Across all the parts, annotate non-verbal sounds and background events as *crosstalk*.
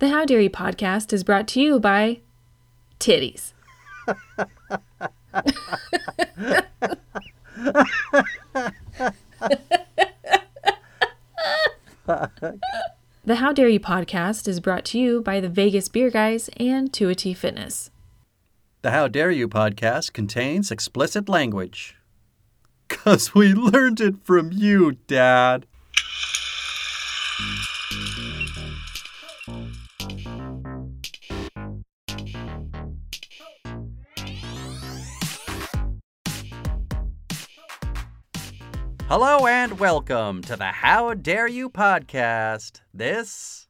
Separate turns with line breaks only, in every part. The How Dare You podcast is brought to you by titties. the How Dare You podcast is brought to you by the Vegas Beer Guys and Tuity Fitness.
The How Dare You podcast contains explicit language. Because we learned it from you, Dad. Hello and welcome to the How Dare You podcast. This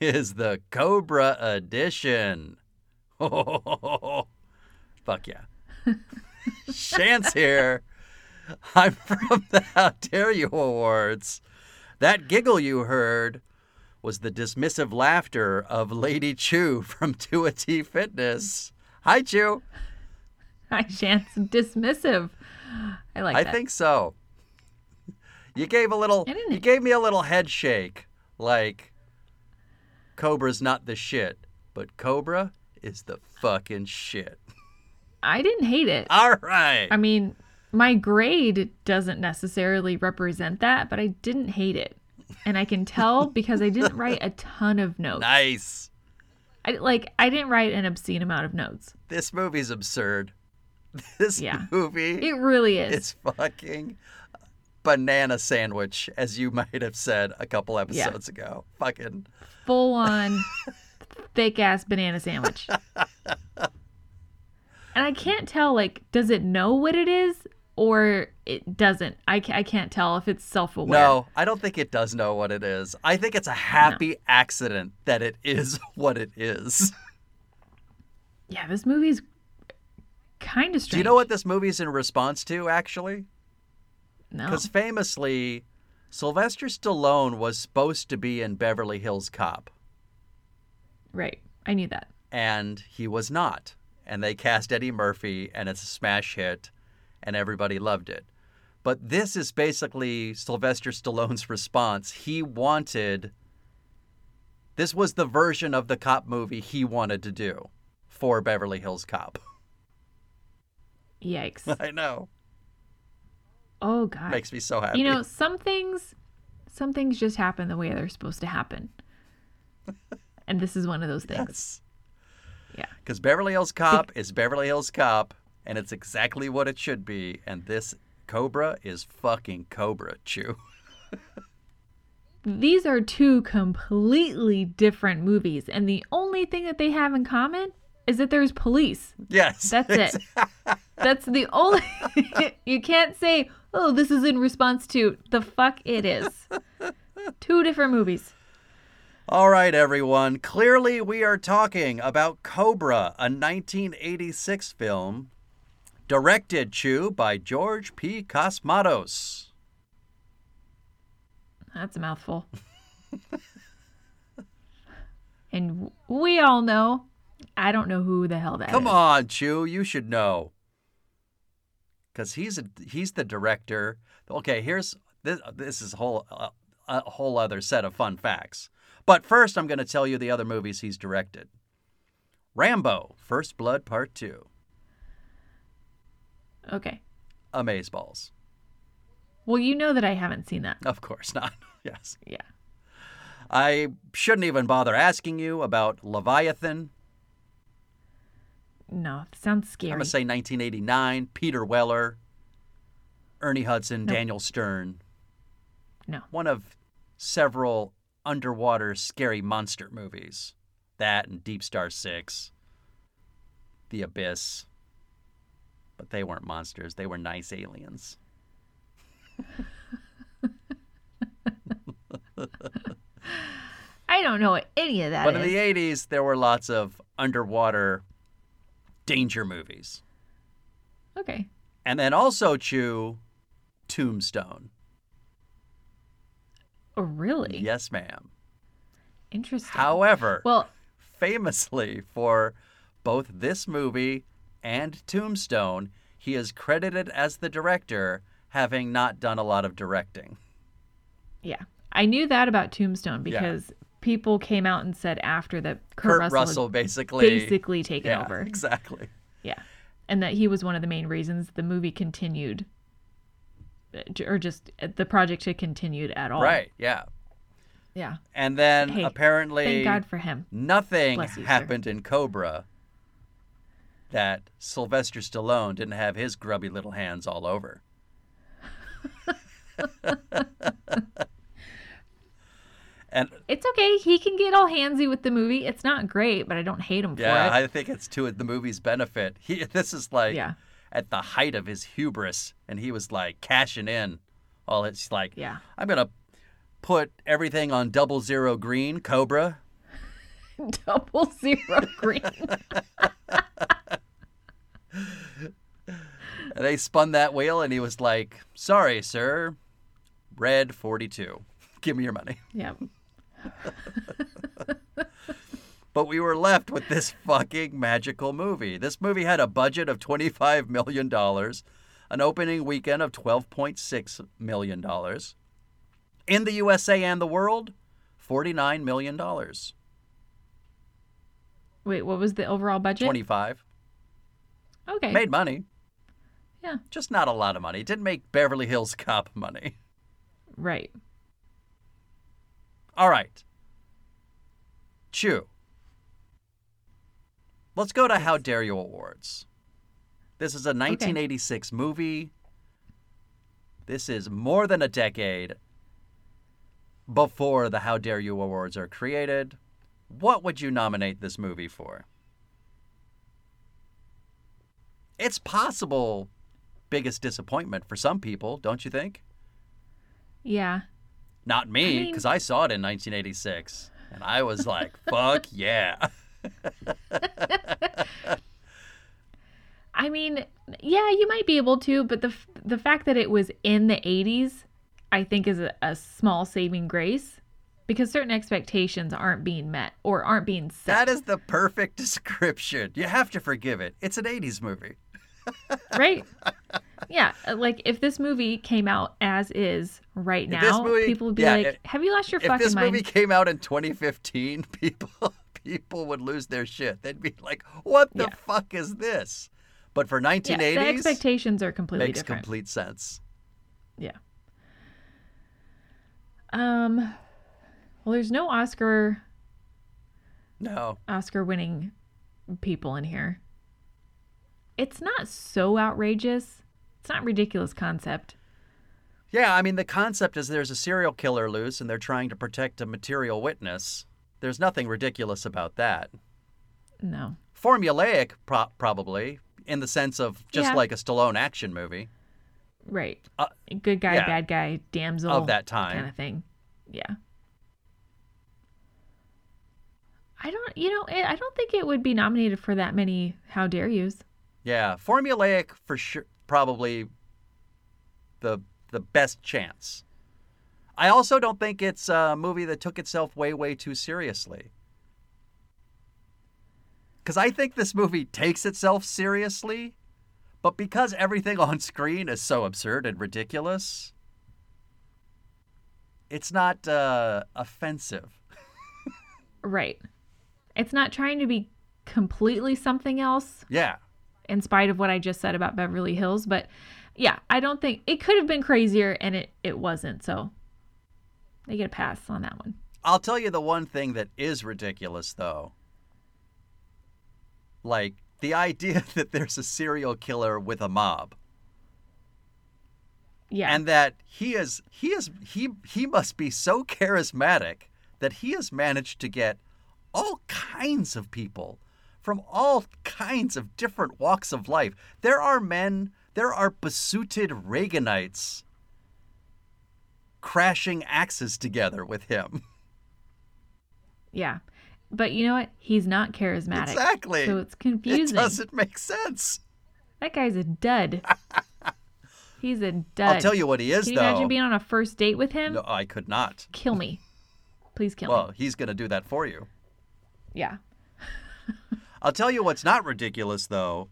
is the Cobra Edition. *laughs* Fuck yeah. Chance here. I'm from the How Dare You Awards. That giggle you heard was the dismissive laughter of Lady Chu from *laughs* 2A Fitness. Hi, Chu.
Hi, Chance. Dismissive. I like
I
that.
think so. You gave a little.
I didn't-
You gave me a little head shake, like Cobra's not the shit, but Cobra is the fucking shit. *laughs*
I didn't hate it.
All right.
I mean, my grade doesn't necessarily represent that, but I didn't hate it. And I can
*laughs*
tell because I didn't write a ton of notes.
Nice.
I, like I didn't write an obscene amount of notes.
This movie's absurd. *laughs* This
Yeah.
movie
It really is.
is fucking banana sandwich, as you might have said a couple episodes ago. Fucking
Full
*laughs*
on thick ass banana sandwich. and I can't tell like does it know what it is or it doesn't. I, ca- I can't tell if it's self-aware.
No, I don't think it does know what it is. I think it's a happy accident that it is *laughs* what it is.
Yeah, this movie's kind of strange.
Do you know what this movie's in response to, actually?
No. Uh-huh.
Because famously, Sylvester Stallone was supposed to be in Beverly Hills Cop,
Right. I knew that.
and he was not. And they cast Eddie Murphy, and it's a smash hit, and everybody loved it. But this is basically Sylvester Stallone's response. He wanted. This was the version of the cop movie he wanted to do for Beverly Hills Cop. *laughs*
Yikes.
I know.
Oh god.
Makes me so happy.
you
*laughs*
know, some things some things just happen the way they're supposed to happen. and this is one of those things.
Yes.
Yeah.
Because Beverly Hills Cop is Beverly Hills Cop, and it's exactly what it should be. And this Cobra is fucking Cobra Chew. *laughs*
These are two completely different movies, and the only thing that they have in common is that there's police.
Yes.
That's it. That's the only. *laughs* you can't say, oh, this is in response to. The fuck it is. two different movies.
All right, everyone. Clearly, we are talking about Cobra, a 1986 film directed, Chew, by George P. Cosmatos.
That's a mouthful. and we all know. I don't know who the hell that is.
Come on, Chew, you should know. Cause he's a, he's the director. Okay, here's this. This is whole uh, a whole other set of fun facts. But first, I'm going to tell you the other movies he's directed. Rambo: First Blood Part Two,
Okay.
Amazeballs.
Well, you know that I haven't seen that.
Of course not. *laughs* yes,
Yeah.
I shouldn't even bother asking you about Leviathan.
No, sounds scary.
I'm gonna say 1989. Peter Weller, Ernie Hudson, Daniel Stern.
no.
one of several underwater scary monster movies. That and Deep Star Six, The Abyss. But they weren't monsters, they were nice aliens.
I don't know what any of that
but
is.
in the 80s, there were lots of underwater danger movies.
Okay.
And then also, Chew Tombstone.
Oh, really?
Yes, ma'am.
Interesting.
However,
Well,
famously for both this movie and Tombstone, he is credited as the director, having not done a lot of directing.
yeah. I knew that about Tombstone because people came out and said after that Kurt,
Kurt
Russell, had
Russell basically
basically taken
yeah,
over.
*laughs* Exactly.
Yeah. And that he was one of the main reasons the movie continued uh, j- or just uh, the project had continued at all.
Right. Yeah.
Yeah.
And then
Oh. Hey,
apparently
Thank God for him.
nothing
Bless you, sir.
happened in Cobra that Sylvester Stallone didn't have his grubby little hands
*laughs*
all over. and
It's okay. He can get all handsy with the movie. It's not great, but I don't hate him
yeah,
for it.
I think it's to the movie's benefit. He this is like
Yeah.
at the height of his hubris and he was like cashing in. All it's like
Yeah.
I'm going to put everything on double zero green Cobra.
*laughs* Double zero
*laughs*
green.
And they spun that wheel, and he was like, "Sorry, sir, red forty-two. Give me your money."
yeah.
But we were left with this fucking magical movie. This movie had a budget of twenty-five million dollars, an opening weekend of twelve point six million dollars. In the USA and the world, forty-nine million dollars.
Wait, what was the overall budget?
Twenty-five
Okay.
made money,
yeah.
just not a lot of money. It didn't make Beverly Hills Cop money.
Right.
All right. Chew. Let's go to How Dare You Awards. This is a 1986 movie. This is more than a decade before the How Dare You Awards are created. What would you nominate this movie for? It's possible biggest disappointment for some people, don't you think?
Yeah.
Not me,
I mean-
because I saw it in 1986, and I was like,
*laughs*
"Fuck yeah!"
I mean, yeah, you might be able to, but the f- the fact that it was in the 80s, I think is a, a small saving grace because certain expectations aren't being met or aren't being set,
*laughs* That is the perfect description. You have to forgive it. It's an 80s movie.
right? yeah, Uh, like if this movie came out as is right
If this
now,
movie-
people would be
yeah,
like,
if-
"Have you lost your
if
fucking
this
mind?"
movie came out in 2015, *laughs* people people would lose their shit. They'd be like, "What the
Yeah.
fuck is this?" But for
yeah, the
1980s,
expectations are completely
makes
different.
complete sense.
Yeah. Um well there's no Oscar
No,
Oscar winning people in here. It's not so outrageous. It's not ridiculous concept.
Yeah, I mean, the concept is there's a serial killer loose and they're trying to protect a material witness. There's nothing ridiculous about that.
No.
Formulaic, pro- probably, in the sense of just
Yeah.
like a Stallone action movie
Right.
Uh,
Good guy,
yeah.
bad guy, damsel
of that
kind
time.
of thing. Yeah. I don't, you know, I I don't think it would be nominated for that many how dare yous.
Yeah, formulaic for sure, probably the the best chance. I also don't think it's a movie that took itself way way too seriously. Cuz I think this movie takes itself seriously, but because everything *laughs* on screen is so absurd and ridiculous, it's not uh, offensive.
Right. It's not trying to be completely something else.
Yeah.
in spite of what I just said about Beverly Hills. But yeah, I don't think it could have been crazier and it, it wasn't. So they get a pass on that one.
I'll tell you the one thing that is ridiculous, though. Like, the idea *laughs* that there's a serial killer with a mob
Yeah.
and that he is he is he he must be so charismatic that he has managed to get all kinds of people from all kinds of different walks of life there are men there are besuited reaganites crashing axes together with him *laughs*
yeah. But you know what? He's not charismatic.
Exactly.
So it's
it
confusing.
doesn't make sense
That guy's a
*laughs*
dud. He's a dud.
I'll tell you what he is,
Can you
though.
imagine being on a first date with him?
no, I could not.
Kill me. Please kill
Well,
me.
he's going to do that for you. *laughs*
Yeah.
I'll tell you what's not ridiculous, though.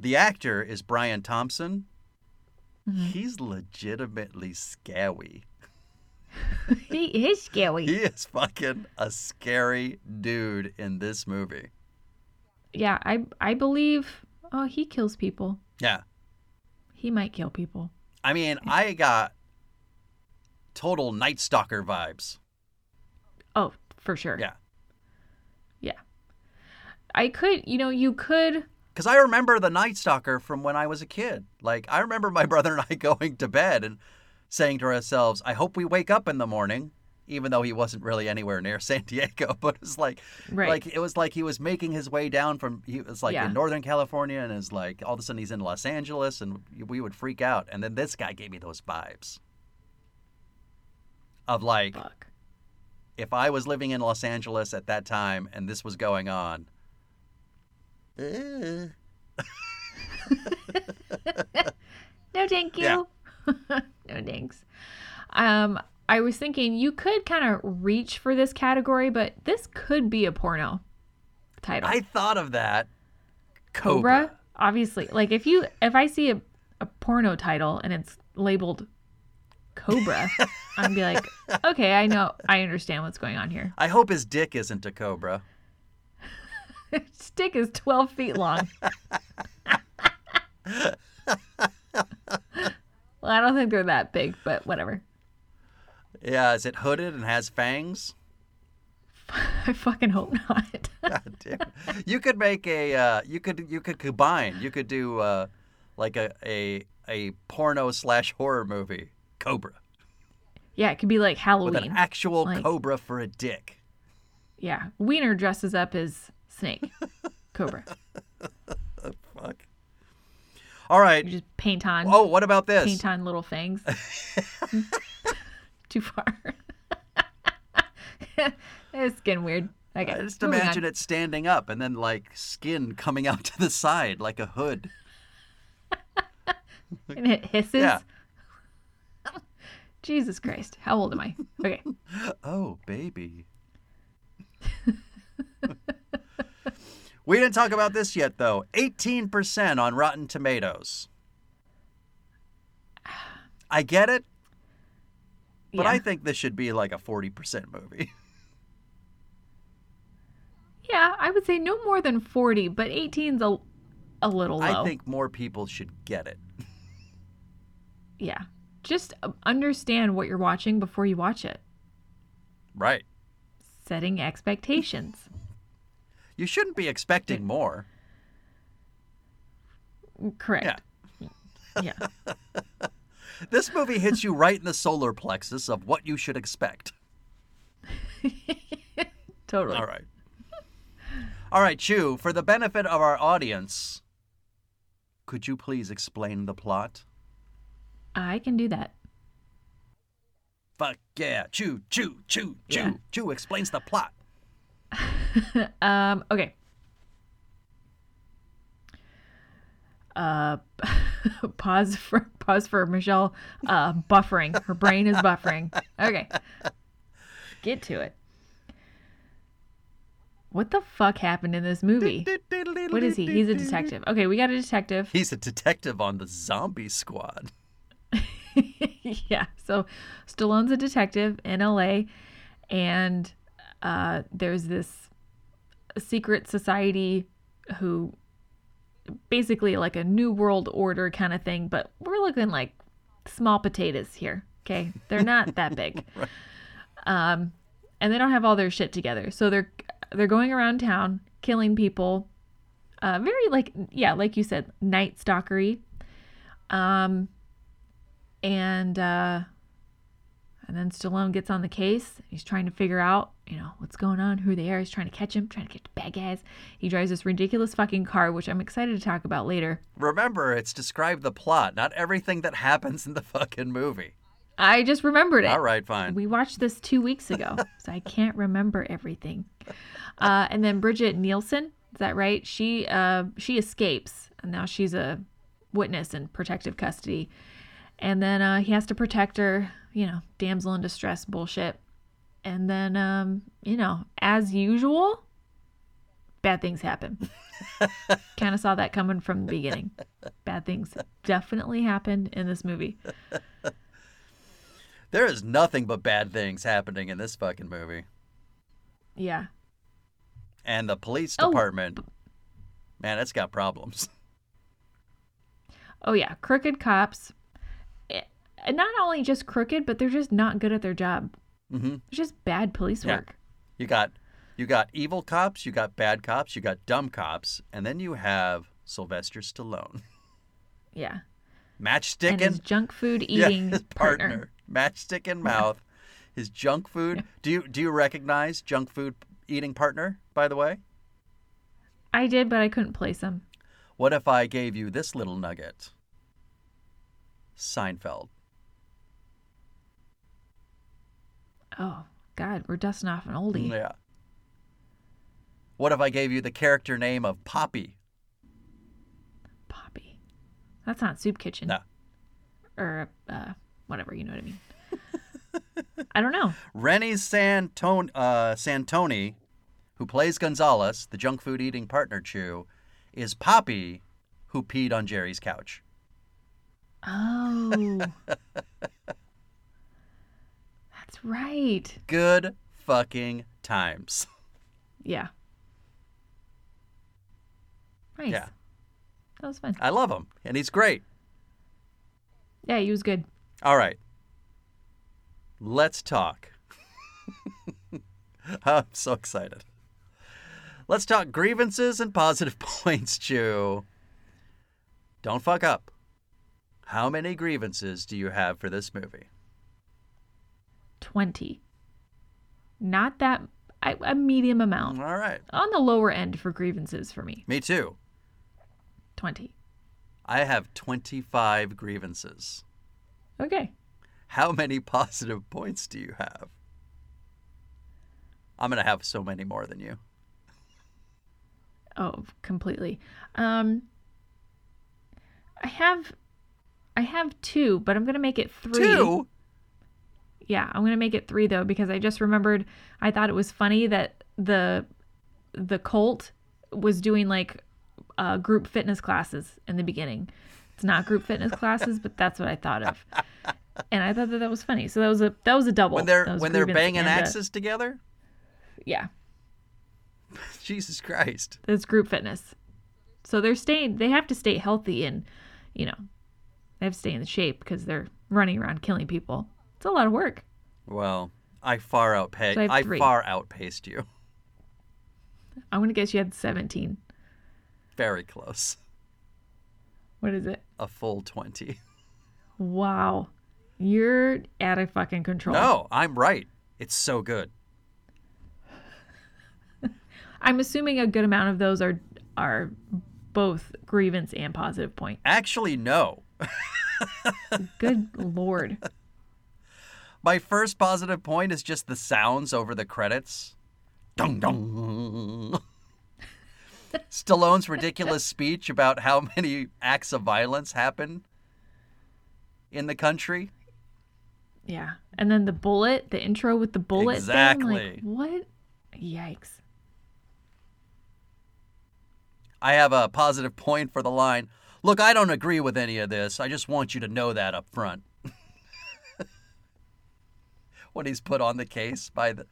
The actor is
Mm-hmm.
Brian Thompson. He's legitimately scary.
he is scary.
He is fucking a scary dude in this movie.
yeah, I I believe. Oh, he kills people.
Yeah.
He might kill people.
I mean, I got total Night Stalker vibes.
Oh, for sure.
Yeah.
Yeah. I could, you know, you could.
Because I remember the Night Stalker from when I was a kid. Like, I remember my *laughs* brother and I going to bed and saying to ourselves, I hope we wake up in the morning, even though he wasn't really anywhere near *laughs* San Diego. But it was like,
Right.
like it was like he was making his way down from, he was like
Yeah.
in Northern California and is like, all of a sudden he's in Los Angeles and we would freak out. And then this guy gave me those vibes of like,
Fuck.
if I was living in Los Angeles at that time and this was going on, eh,
No, thank you.
Yeah.
*laughs* no thanks. Um, I was thinking you could kind of reach for this category, but this could be a porno title.
I thought of that.
Cobra, obviously. Like if you if I see a, a porno title and it's labeled
*laughs*
Cobra, I'd be like, okay, I know, I understand what's going on here.
I hope his dick isn't a cobra.
*laughs* Stick is twelve feet
*laughs*
long. well, I don't think they're that big, but whatever. *laughs*
Yeah, is it hooded and has fangs? *laughs*
I fucking hope not. *laughs*
God damn. Ah, you could make a. Uh, you could you could combine. You could do uh, like a a a porno slash horror movie. Cobra
yeah, it could be like
*laughs* with
Halloween.
an actual
Like-
cobra for a dick.
yeah, Wiener dresses up as Snake, Cobra.
Fuck. All
You
right.
just paint on.
Oh, what about this?
paint on little fangs.
*laughs*
Too far. *laughs* it's getting weird. Okay.
I just
moving
imagine
on.
it standing up and then like skin coming *laughs* out to the side like a hood.
And it hisses.
Yeah.
Jesus Christ. How old am I? Okay.
Oh, baby. we didn't talk about this yet though. 18% on Rotten Tomatoes. I get it, but
yeah.
I think this should be like a 40% movie.
yeah, I would say no more than 40, but 18's a, a little low.
I think more people should get it.
Yeah. Just uh, understand what you're watching before you watch it.
Right.
Setting
*laughs*
expectations.
You shouldn't be expecting more.
Correct. Yeah. *laughs*
This movie hits you right in the solar plexus of what you should expect.
Totally.
All right. All right, Chu, for the benefit of our audience, could you please explain the plot?
I can do that.
Fuck yeah. Chu, Chu, Chu, Chu.
Yeah.
Chu explains the plot.
Um, okay. Uh, *laughs* pause for pause for Michelle uh, buffering. Her brain is buffering. Okay, get to it. What the fuck happened in this movie? What is he? He's a detective. Okay, we got a detective.
He's a detective on the zombie squad.
*laughs* yeah. So Stallone's a detective in LA, and uh, there's this secret society who basically like a new world order kind of thing, but we're looking like small potatoes here. Okay. They're not that big. Um, and they don't have all their shit together. So they're they're going around town killing people. Uh, very like yeah, like you said, night stalkery. Um, and uh, and then Stallone gets on the case. He's trying to figure out, you know, what's going on, who they are. He's trying to catch him, trying to catch the bad guys. He drives this ridiculous fucking car, which I'm excited to talk about later.
Remember, it's describe the plot, not everything that happens in the fucking movie.
I just remembered it.
All right, fine.
We watched this two weeks ago, so I can't remember everything. Uh, and then Bridget Nielsen, is that right? She uh, she escapes, and now she's a witness in protective custody. And then uh, he has to protect her, you know, damsel in distress bullshit. And then, um, you know, as usual, bad things happen. kind of saw that coming from the beginning. Bad things definitely happened in this movie.
There is nothing but bad things happening in this fucking movie.
Yeah.
And the police
Oh.
department, man, it's got problems. *laughs*
Oh yeah, crooked cops. Eh, And not only just crooked, but they're just not good at their job.
hmm
It's just bad police
Yeah.
work.
You got you got evil cops, you got bad cops, you got dumb cops, and then you have Sylvester Stallone, *laughs*
Yeah.
matchstick
and his
and *laughs*
junk food
yeah,
eating
his
partner.
matchstick in mouth, his junk food. Do you do you recognize junk food eating partner? By the way,
I did, but I couldn't place him.
what if I gave you this little nugget? Seinfeld.
Oh God, we're dusting off an oldie.
Yeah. What if I gave you the character name of Poppy?
Poppy. That's not soup kitchen.
No.
Or uh, whatever, you know what I mean. I don't
*laughs*
know.
Rennie Santon- uh, Santoni, who plays Gonzalez, the junk food eating partner Chew, is Poppy, who peed on Jerry's couch.
Oh. That's right.
Good fucking times.
Yeah. Nice.
Yeah.
That was fun.
I love him, and he's great.
Yeah, he was good.
All right. Let's talk. *laughs* I'm so excited. Let's talk grievances and positive *laughs* points, Chew. Don't fuck up. How many grievances do you have for this movie?
20. Not that, I, a medium
All
amount.
right.
On the lower end for grievances for me,
Me too.
20.
I have 25 grievances.
Okay.
How many *laughs* positive points do you have? I'm going to have so many more than you.
Oh, completely. Um, I have, I have two, but I'm gonna make it three.
Two?
Yeah, I'm gonna make it three though because I just remembered. I thought it was funny that the, the cult was doing like, uh, group fitness classes in the beginning. It's not group fitness classes, but that's what I thought of, and I thought that that was funny. So that was a that was a double.
When they're
That was
when they're
grievance
banging
and a-
axes together? *laughs*
Yeah,
Jesus Christ.
that's group fitness. So they're staying. They have to stay healthy and, you know, they have to stay in shape because they're running around killing people. It's a lot of work.
Well, I far outpa-
So I have
I,
three.
far outpaced you. *laughs*
I'm gonna guess you had 17.
Very close.
What is it?
A full 20.
Wow, you're out of fucking control.
*laughs* No, I'm right. It's so good.
I'm assuming a good amount of those are are both grievance and positive point.
Actually, no. *laughs*
Good lord.
My first positive point is just the sounds over the credits. Dung dung. Stallone's ridiculous speech about how many acts of violence happen in the country.
Yeah. And then the bullet, the intro with the bullet
Exactly.
thing. Like, what? Yikes.
I have a positive point for the line. Look, I don't agree with any of this. I just want you to know that up front. *laughs* when he's put on the case by the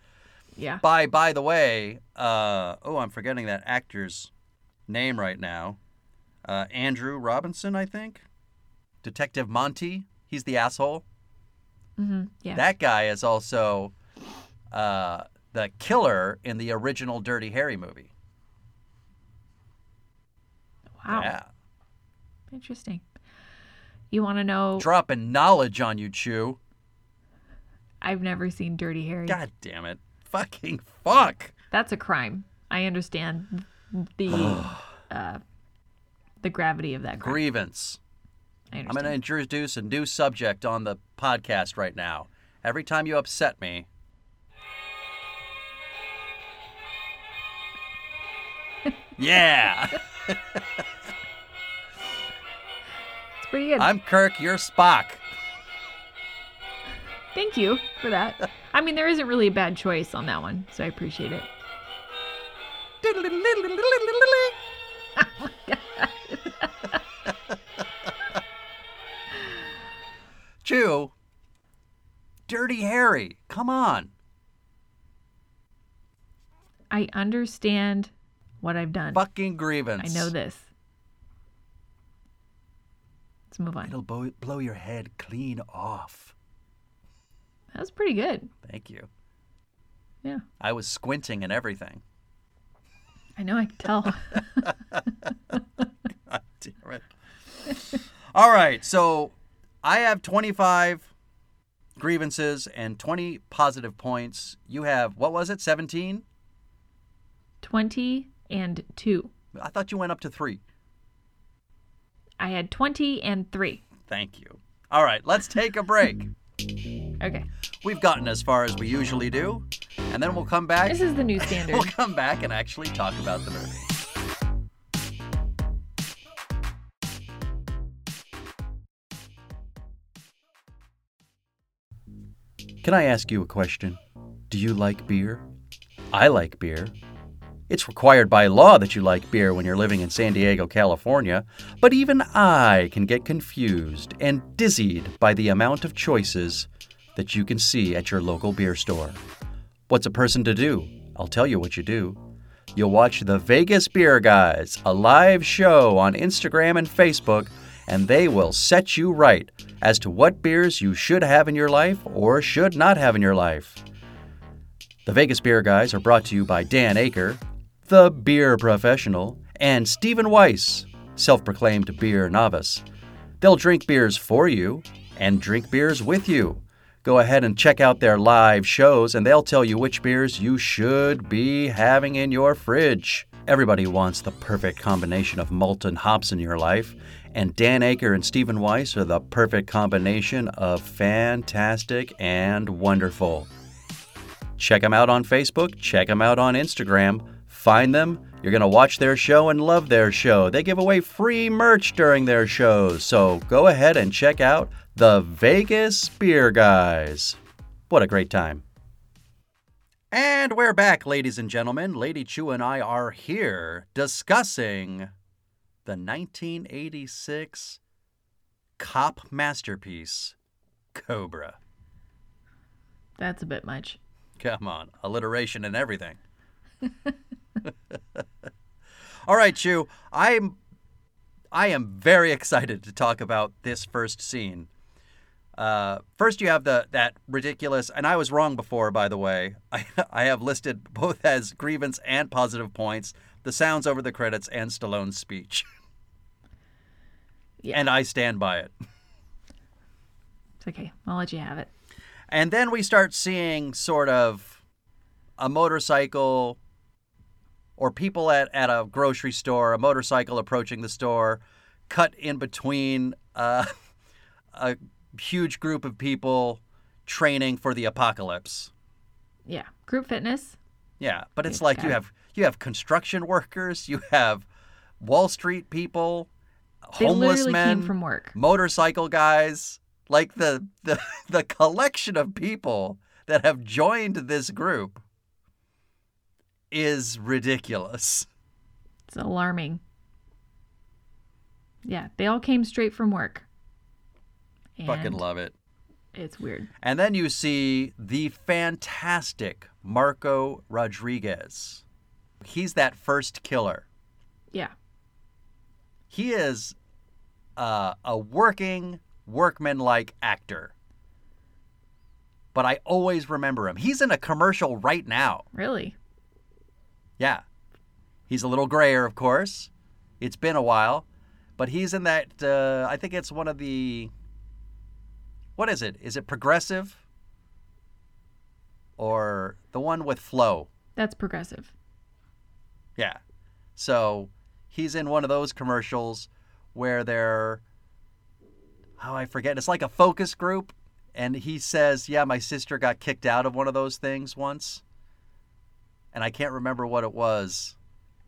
Yeah.
by by the way, uh, oh, I'm forgetting that actor's name right now. Uh, Andrew Robinson, I think. Detective Monty. He's the asshole.
hmm Yeah.
That guy is also uh, the killer in the original Dirty Harry movie.
wow.
Yeah.
Interesting. You want to know?
Dropping knowledge on you, Chew.
I've never seen Dirty Harry.
God damn it. Fucking fuck.
That's a crime. I understand the
*sighs*
uh, the gravity of that crime.
Grievance.
I
I'm going
understand.
to introduce a new subject on the podcast right now. Every time you upset me,
*laughs*
yeah,
It's pretty good.
I'm Kirk, you're
*laughs*
Spock.
Thank you for that. I mean, there isn't really a bad choice on that one, so I appreciate it.
Chew, Dirty Harry. Come on.
I understand what I've done.
Fucking grievance.
I know this. Let's move on.
It'll blow, blow your head clean off.
That was pretty good.
Thank you.
Yeah.
I was squinting and everything.
I know I can
*laughs*
tell.
God damn it. *laughs* All right. So I have 25 grievances and 20 positive points. You have, what was it, 17?
20 and 2.
I thought you went up to three.
I had 20 and 3.
Thank you. All right. Let's take a break.
Okay.
We've gotten as far as we usually do, and then we'll come back.
This is
*laughs*
the new
We'll
standard.
come back and actually talk about the movie. Can I ask you a question? Do you like beer? I like beer. It's required by law that you like beer when you're living in San Diego, California, but even I can get confused and dizzied by the amount of choices that you can see at your local beer store. What's a person to do? I'll tell you what you do. You'll watch the Vegas Beer Guys, a live show on Instagram and Facebook, and they will set you right as to what beers you should have in your life or should not have in your life. The Vegas Beer Guys are brought to you by Dan Aker, the beer professional, and Stephen Weiss, self proclaimed beer novice. They'll drink beers for you and drink beers with you. Go ahead and check out their live shows, and they'll tell you which beers you should be having in your fridge. Everybody wants the perfect combination of malt and hops in your life, and Dan Aker and Stephen Weiss are the perfect combination of fantastic and wonderful. Check them out on Facebook. Check them out on Instagram. Find them. You're going to watch their show and love their show. They give away free merch during their shows. So go ahead and check out the Vegas Beer Guys. What a great time. And we're back, ladies and gentlemen. Lady Chu and I are here discussing the 1986 cop masterpiece, Cobra.
That's a bit much.
Come on, alliteration and everything. *laughs* All right, Chu. I'm I am very excited to talk about this first scene. Uh, first, you have the that ridiculous, and I was wrong before, by the way. *laughs* I, I have listed both as grievance and positive points. The sounds over the credits and Stallone's speech,
Yeah.
and I stand by it.
It's okay. I'll let you have it.
And then we start seeing sort of a motorcycle or people at, at a grocery store, a motorcycle approaching the store, cut in between uh, *laughs* a huge group of people training for the apocalypse.
Yeah. Group fitness.
Yeah, but it's
It's
like you
got-
have you have construction workers, you have Wall Street people,
They
homeless
literally
men
came from work.
motorcycle guys, like the the *laughs* the collection of people that have joined this group is ridiculous.
It's alarming. Yeah. They all came straight from work. And
Fucking love it.
It's weird.
And then you see the fantastic Marco Rodriguez. He's that first killer.
Yeah.
He is uh, a working workman-like actor. But I always remember him. He's in a commercial right now.
Really.
Yeah. He's a little grayer, of course. It's been a while, but he's in that. Uh, I think it's one of the. What is it? Is it progressive? Or the one with flow?
That's progressive.
Yeah. So he's in one of those commercials where they're oh I forget it's like a focus group and he says, "Yeah, my sister got kicked out of one of those things once." And I can't remember what it was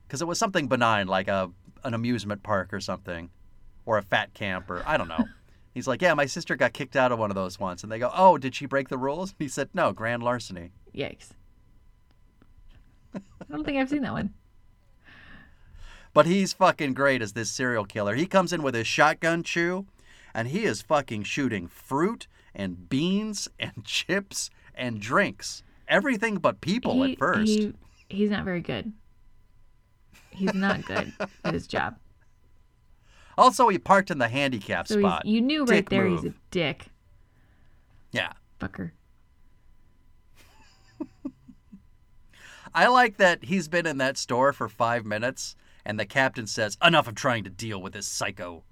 cuz it was something benign like a an amusement park or something or a fat camp or I don't know. He's like, "Yeah, my sister got kicked out of one of those once." And they go, "Oh, did she break the rules?" And he said, "No, grand larceny."
Yikes. I don't think I've seen that
*laughs*
one.
But he's fucking great as this serial killer. He comes in with his shotgun chew and he is fucking shooting fruit and beans *laughs* and chips and drinks. Everything but people
He-
at first.
he- he's not very good. He's not good at his
*laughs*
job.
Also, he parked in the handicap
So he's,
spot.
you knew right
Dick
there
move.
he's a dick.
Yeah.
Fucker.
I like that he's been in that store for five minutes, and the captain says, Enough of trying to deal with this psycho.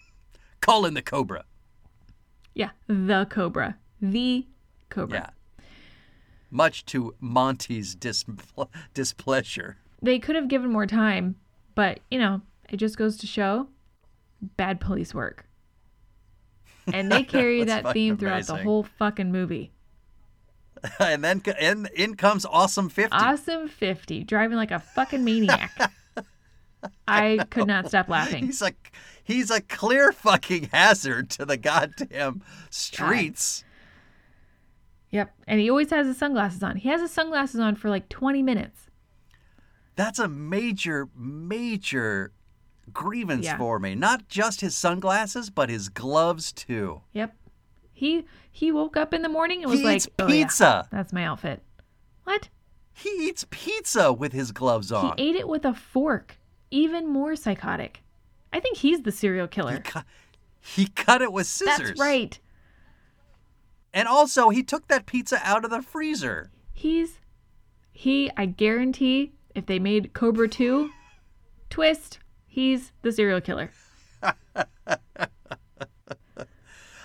*laughs* Call in the Cobra.
Yeah, the Cobra. The Cobra.
Yeah. Much to Monty's dis- *laughs* displeasure.
They could have given more time, but, you know, it just goes to show bad police work. And
*laughs*
they carry
That's
that
fucking
theme throughout the
amazing.
whole fucking movie.
*laughs* and then co- in, in comes Awesome 50.
Awesome 50, driving like a fucking
*laughs*
maniac. I could not stop laughing.
He's a he's a clear fucking *laughs* hazard to the goddamn streets.
Yep. And he always has his sunglasses on. He has his sunglasses on for like 20 minutes.
That's a major major grievance
Yeah.
for me. Not just his sunglasses, but his gloves too.
Yep. He he woke up in the morning and was
he
like,
eats
"Oh, yeah,
pizza.
that's my outfit. What?
He eats pizza with his gloves
He
on.
ate it with a fork. Even more psychotic. I think he's the serial
He,
killer.
cu- he cut it with scissors.
That's right.
And also, he took that pizza out of the freezer.
He's he I guarantee if they made Cobra 2 twist, he's the serial killer.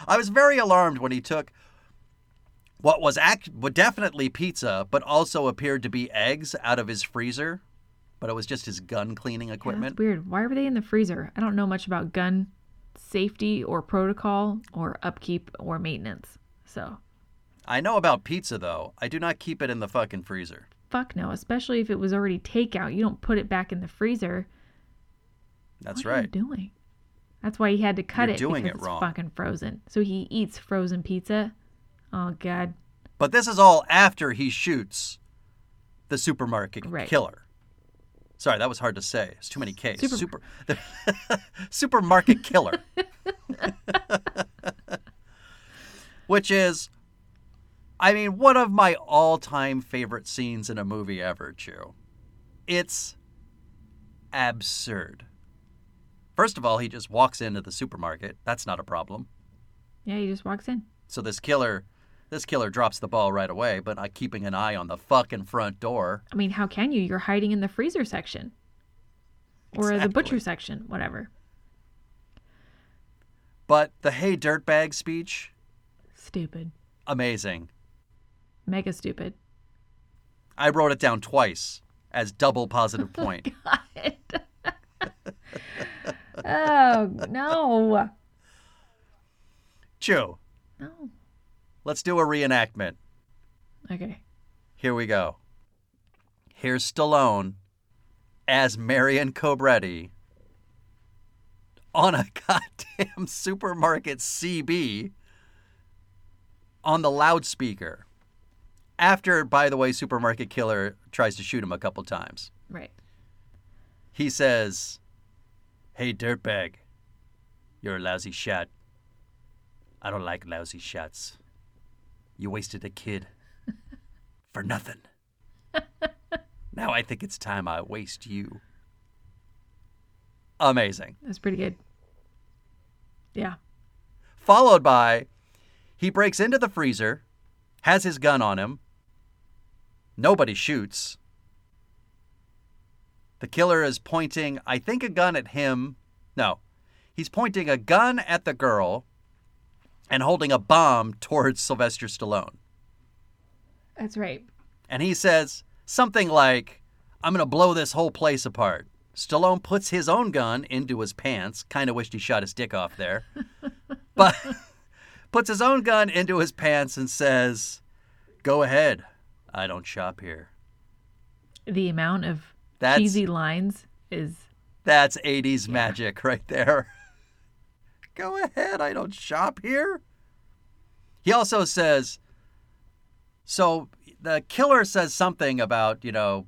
I was very alarmed when he took what was act- what definitely pizza, but also appeared to be eggs out of his freezer. But it was just his gun cleaning
That's
equipment.
weird. Why were they in the freezer? I don't know much about gun safety or protocol or upkeep or maintenance. So,
I know about pizza though. I do not keep it in the fucking freezer.
fuck no, especially if it was already takeout. You don't put it back in the freezer.
That's
what Are you
right.
doing? That's why he had to cut
You're
it
doing
because
it
it's
wrong.
fucking frozen. So he eats frozen pizza. Oh god.
But this is all after he shoots the supermarket
Right.
killer. Sorry, that was hard to say. It's too many K's.
Super-
Super, the, *laughs* supermarket killer, *laughs* which is, I mean, one of my all-time favorite scenes in a movie ever. Chew, it's absurd. First of all, he just walks into the supermarket. That's not a problem.
Yeah, he just walks in.
So this killer, this killer drops the ball right away, but not keeping an eye on the fucking front door.
I mean, how can you? You're hiding in the freezer section or the butcher section, whatever.
But the "Hey dirtbag" speech,
Stupid.
amazing.
Mega stupid. *laughs*
I wrote it down twice as
*laughs*
double positive point.
Oh, no.
Chew,
No.
let's do a reenactment.
Okay.
Here we go. Here's Stallone as Marion Cobretti on a *laughs* goddamn supermarket CB on the loudspeaker. After, by the way, Supermarket Killer tries to shoot him a couple times.
Right.
He says, Hey, dirtbag, you're a lousy shot. I don't like lousy shots. You wasted a kid for nothing. now I think it's time I waste you. Amazing.
That's pretty good. Yeah.
Followed by, he breaks into the freezer, has his gun on him. Nobody shoots. The killer is pointing, I think, a gun at him. No, he's pointing a gun at the girl and holding a bomb towards *laughs* Sylvester Stallone.
That's right.
And he says something like, I'm going to blow this whole place apart. Stallone puts his own gun into his pants. Kind of wished he shot his dick off there. but puts his own gun into his pants and says, Go ahead. I don't shop here.
The amount of
That's-
cheesy lines is
That's 80s magic right there. *laughs* Go ahead, I don't shop here. He also says so the killer says something about, you know,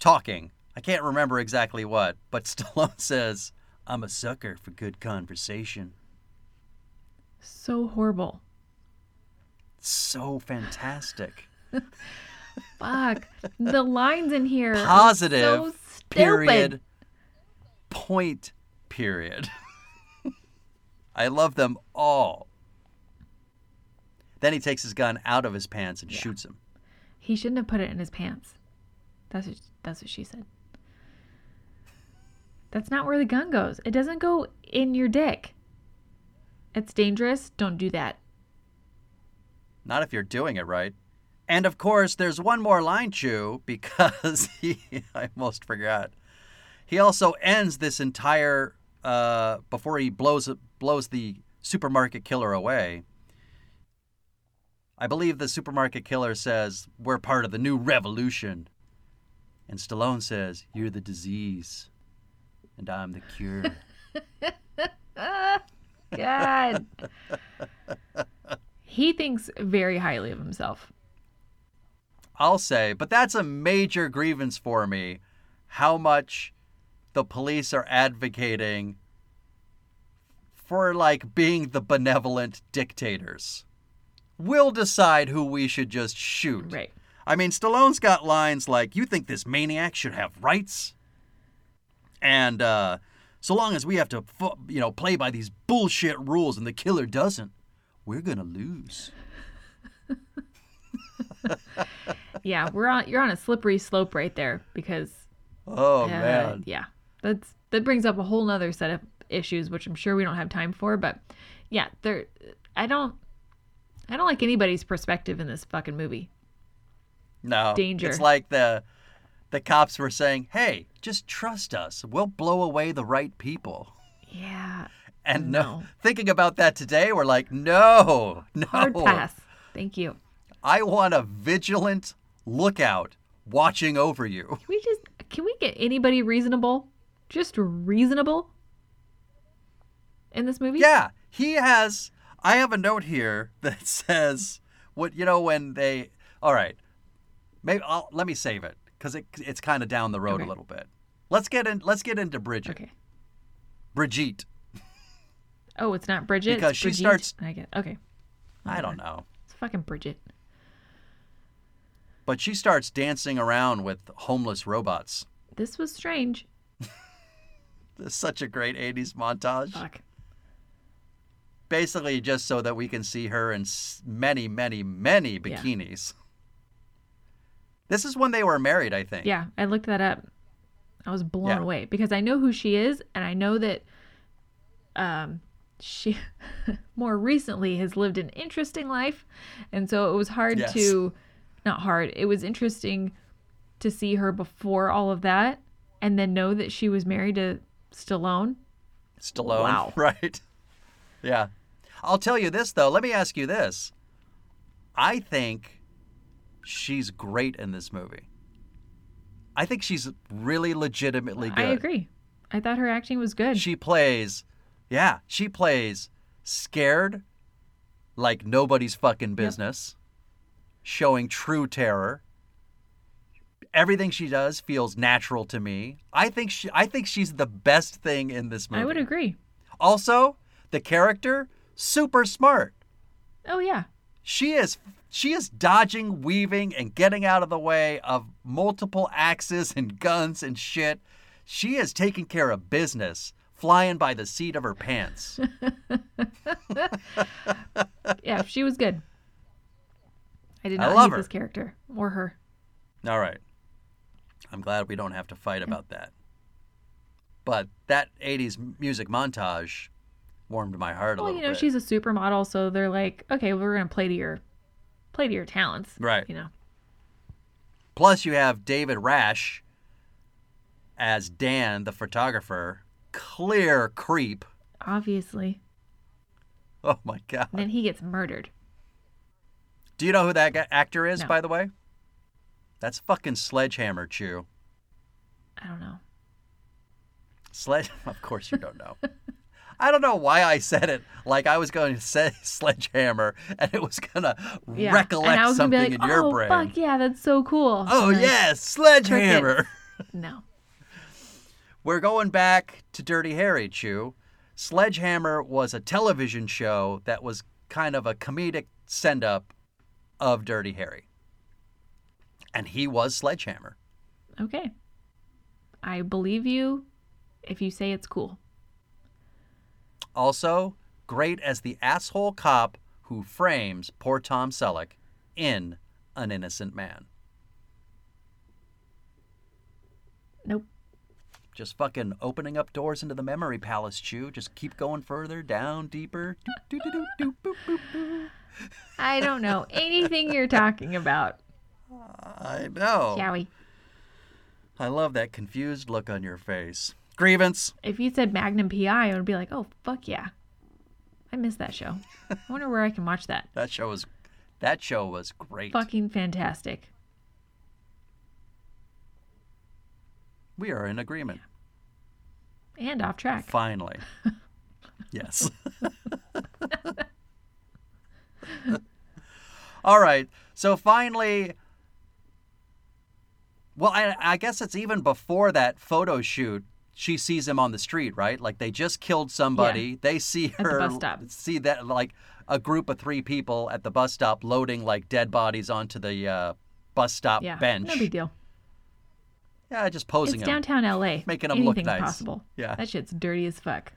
talking. I can't remember exactly what, but *laughs* Stallone says, I'm a sucker for good conversation.
so horrible.
so fantastic.
Fuck. the lines in here are
Positive
so stupid.
period. Point period. *laughs* I love them all. Then he takes his gun out of his pants and shoots him.
He shouldn't have put it in his pants. That's what, that's what she said. That's not where the gun goes. It doesn't go in your dick. It's dangerous. Don't do that.
Not if you're doing it right. And of course, there's one more line, Chew, *laughs* because he, I almost forgot. He also ends this entire, uh, before he blows, blows the supermarket killer away. I believe the supermarket killer says, We're part of the new revolution. And Stallone says, You're the disease, and I'm the cure. *laughs*
God. he thinks very highly of himself.
I'll say, but that's a major grievance for me how much the police are advocating for like being the benevolent dictators. We'll decide who we should just shoot.
Right.
I mean, Stallone's got lines like, You think this maniac should have rights? And uh, so long as we have to, fu- you know, play by these bullshit rules and the killer doesn't, we're going to lose.
Yeah, we're on you're on a slippery slope right there because
Oh,
uh,
man.
yeah. That's that brings up a whole nother set of issues which I'm sure we don't have time for, but yeah, there I don't I don't like anybody's perspective in this fucking movie.
No.
Danger.
It's like the the cops were saying, "Hey, just trust us. We'll blow away the right people." *laughs*
Yeah.
And no,
No.
thinking about that today, we're like, "No, no.
Hard pass. Thank you.
I want a vigilant lookout watching over you."
Can
*laughs*
we just can we get anybody reasonable? Just reasonable in this movie?
Yeah, he has. I have a note here *laughs* that says, "What you know when they." All right, maybe I'll, let me save it because it, it's kind of down the road a
Okay.
little bit. Let's get in. Let's get into Bridget.
Okay.
Brigitte.
Oh, it's not Bridget.
Because
it's
she
Brigitte?
starts-
I get okay.
I don't know.
It's fucking Bridget.
But she starts dancing around with homeless robots.
This was strange.
This is such a great 80s montage.
Fuck.
Basically, just so that we can see her in s- many, many, many
Yeah.
bikinis. This is when they were married, I think.
Yeah, I looked that up. I was blown
Yeah.
away because I know who she is, and I know that um, she *laughs* more recently has lived an interesting life, and so it was hard
Yes.
to, not hard. It was interesting to see her before all of that, and then know that she was married to Stallone.
Stallone.
Wow.
*laughs* Right. Yeah. I'll tell you this, though. Let me ask you this. I think she's great in this movie. I think she's really legitimately good.
I agree. I thought her acting was good.
she plays yeah she plays scared like nobody's fucking business showing true terror everything she does feels natural to me i think she i think she's the best thing in this movie
I would agree.
also the character super smart
Oh yeah,
she is she is dodging, weaving, and getting out of the way of multiple axes and guns and shit. She is taking care of business, flying by the seat of
*laughs*
her pants.
yeah, she was
*laughs*
good. I did
I
not
love
hate this
her.
character or her.
All right. I'm glad we don't have to fight about that. But that 80s music montage warmed my heart a
Well,
little
you know,
bit.
she's a supermodel, so they're like, okay, well, we're gonna play to your, play to your talents,
Right.
You know,
Plus, you have David Rash as Dan, the photographer. Clear creep.
obviously.
Oh my God.
And then he gets murdered.
Do you know who that g- actor is,
No.
by the way? That's fucking Sledgehammer Chew.
I don't know.
Sledge, *laughs* of course you don't know. I don't know why I said it like I was going to say *laughs* Sledgehammer and it was gonna
Yeah. and I
recollect
was gonna
something
be like,
in your
oh,
brain.
fuck yeah, that's so cool.
Oh
And then-
yes, Sledgehammer.
No.
*laughs* We're going back to Dirty Harry Chew. Sledgehammer was a television show that was kind of a comedic send up of Dirty Harry. And he was Sledgehammer.
Okay. I believe you if you say it's cool.
Also, great as the asshole cop who frames poor Tom Selleck in An Innocent Man.
Nope.
Just fucking opening up doors into the memory palace, Chew. Just keep going further, down, deeper. Doop, doop, doop, doop, boop, boop, boop.
I don't
*laughs*
know anything you're talking about,
I know.
Joey.
I love that confused look on your face. Grievance.
If you said Magnum PI, I would be like, oh, fuck yeah. I miss that show. I wonder where I can watch
*laughs*
that.
That show was that show was great.
Fucking fantastic.
We are in agreement.
And off track.
Finally. yes. *laughs* All right. So finally, well, I, I guess it's even before that photo shoot. She sees him on the street, right? Like they just killed somebody. They see
the
her
bus stop.
see that like a group of three people at the bus stop loading like dead bodies onto the uh, bus stop
yeah.
bench.
No big deal.
Yeah, just posing
It's
them.
downtown LA.
Making 'em
Anything's
look nice.
possible.
Yeah.
That shit's dirty as fuck.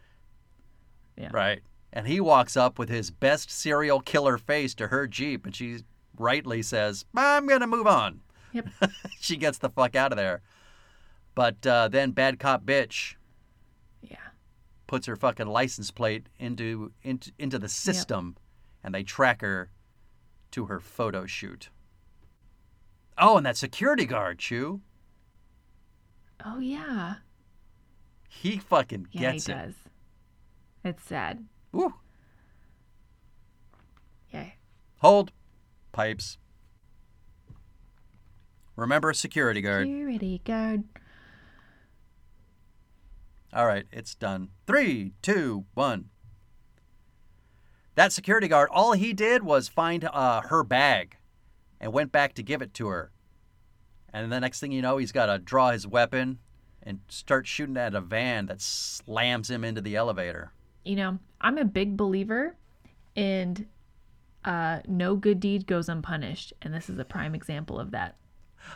Right. And he walks up with his best serial killer face to her Jeep, and she rightly says, I'm going to move on. *laughs*
Yep.
she gets the fuck out of there. But uh, then Bad Cop Bitch
Yeah.
puts her fucking license plate into, into, into the system, and they track her to her photo shoot. Oh, and that security guard, Chew,
Oh yeah.
he fucking
Yeah,
gets
he
it.
does. It's sad.
Woo.
Yeah.
Hold. Pipes. Remember, security guard.
Security guard.
All right, it's done. Three, two, one. That security guard, all he did was find uh, her bag and went back to give it to her. And the next thing you know, he's got to draw his weapon and start shooting at a van that slams him into the elevator.
You know, I'm a big believer in uh, no good deed goes unpunished, and this is a prime example of that.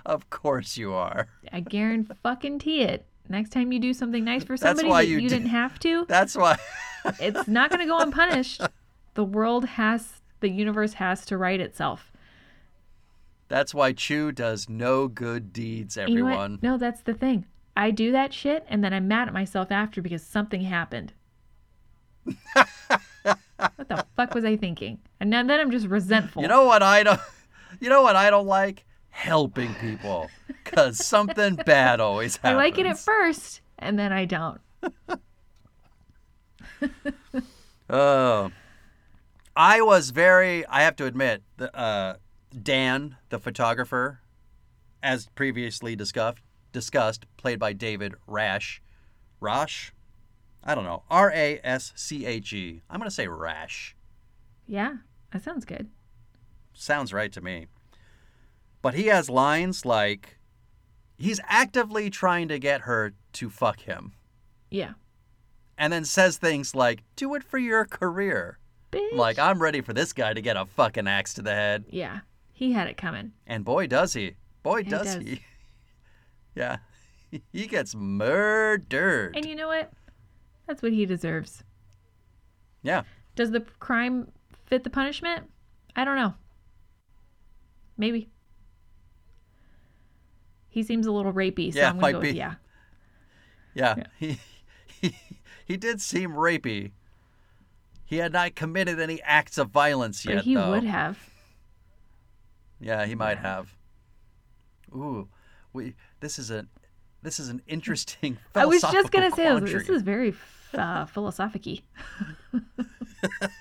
Of course you are. *laughs*
I guarantee fucking it. Next time you do something nice for
That's
somebody
why
that
you
you,
did-
didn't have to,
That's why.
it's not going to
*laughs*
go unpunished. The world has, the universe has to right itself.
That's why Chew does no good deeds.
You know what?
Everyone.
No, that's the thing. I do that shit, and then I'm mad at myself after because something
*laughs*
happened. what the fuck was I thinking? And now then I'm just resentful.
You know what I don't you know what I don't like? Helping people. Cause something bad always
I
happens.
like it at first, and then I don't.
Oh. I was very I have to admit, the uh Dan, the photographer, as previously discussed discussed, played by David Rash. Rash? I don't know. R A S C H E. I'm gonna say Rash.
Yeah, that sounds good.
sounds right to me. But he has lines like he's actively trying to get her to fuck him
Yeah.
and then says things like, do it for your career.
Bitch.
Like, I'm ready for this guy to get a fucking axe to the head.
yeah, he had it coming.
And boy, does he. Boy,
He
does,
does.
he. *laughs* yeah. He gets murdered.
And you know what? That's what he deserves.
yeah.
Does the crime fit the punishment? I don't know. Maybe. He seems a little rapey, so
Yeah,
I'm
might
gonna go
be.
with yeah.
Yeah. He, *laughs* he, he did seem rapey. He had not committed any acts of violence
But
yet,
he
though.
would have.
Yeah, he might have. Ooh, we. This is a.
*laughs*
This is an interesting.
I was just gonna
philosophical
say I was like, this
quandary.
is very uh, philosophic-y.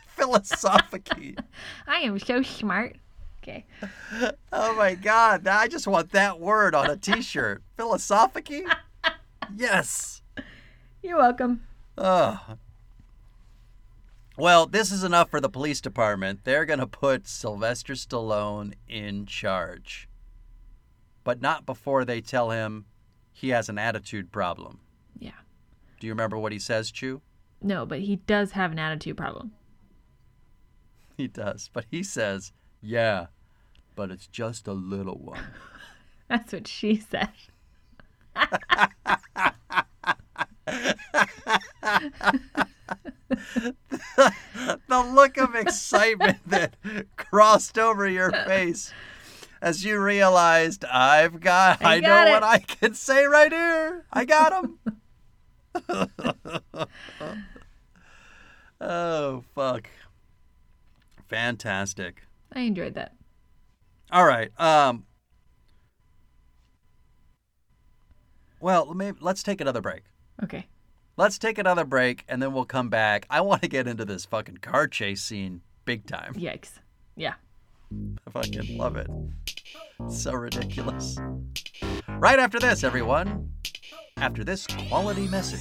*laughs*
philosophic.
I am so smart. Okay.
oh my god! I just want that word on
*laughs*
a T-shirt. philosophic. Yes.
You're welcome.
Ugh. Well, this is enough for the police department. They're going to put Sylvester Stallone in charge. But not before they tell him he has an attitude problem.
Yeah.
Do you remember what he says, Chew? *laughs*
No, but he does have an attitude problem.
He does. But he says, yeah, but it's just a little one.
*laughs* That's what she said.
the look of excitement *laughs* that crossed over your face as you realized I've got I,
I got
know what
it."
I can say right here. I
*laughs*
got him. oh fuck. Fantastic.
I enjoyed that.
All right. Um Well, maybe let's take another break.
Okay.
Let's take another break and then we'll come back. I want to get into this fucking car chase scene big time.
Yikes. Yeah.
I fucking love it. So ridiculous. Right after this, everyone. After this quality message.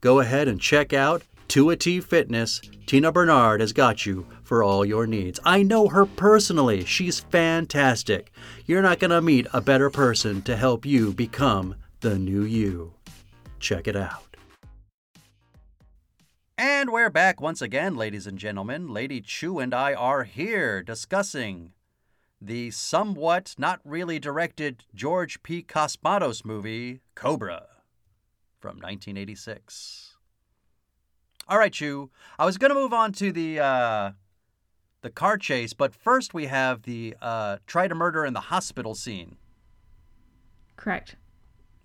Go ahead and check out 2AT Fitness. Tina Bernard has got you for all your needs. I know her personally. She's fantastic. You're not going to meet a better person to help you become the new you. Check it out. And we're back once again, ladies and gentlemen. Lady Chu and I are here discussing the somewhat not really directed George P. Cosmatos movie, Cobra, from 1986. All right, Chu. I was going to move on to the uh, the car chase, but first we have the uh, try to murder in the hospital scene.
Correct.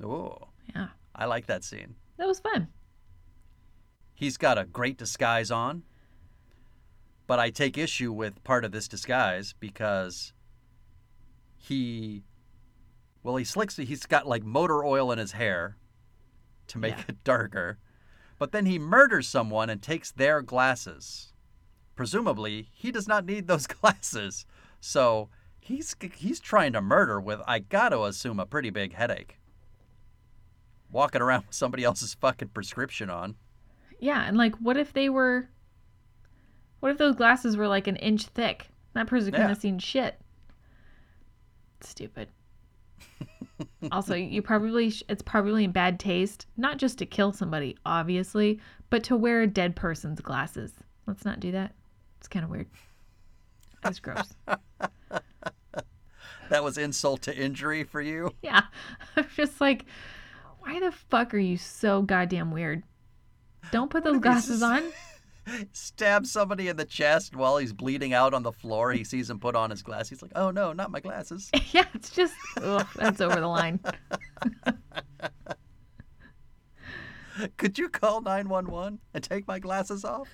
Oh,
Yeah.
I like that scene.
That was fun.
He's got a great disguise on. But I take issue with part of this disguise because he well, he slicks he's got like motor oil in his hair to make
Yeah.
it darker. But then he murders someone and takes their glasses. Presumably, he does not need those *laughs* glasses. So, he's he's trying to murder with I got to assume a pretty big headache. Walking around with somebody else's fucking prescription on.
Yeah. And like, what if they were, what if those glasses were like an inch thick? That person couldn't
Yeah.
have seen shit. Stupid. also, you probably, sh- it's probably in bad taste, not just to kill somebody, obviously, but to wear a dead person's glasses. Let's not do that. It's kind of weird. That's gross.
That was insult to injury for you. *laughs*
Yeah. *laughs* I'm just like, why the fuck are you so goddamn weird? Don't put those glasses on. *laughs*
Stab somebody in the chest while he's bleeding out on the floor. He sees him put on his glass. He's like, "Oh no, not my glasses." *laughs*
yeah, it's just, ugh, that's over the line.
Could you call 911 and take my glasses off?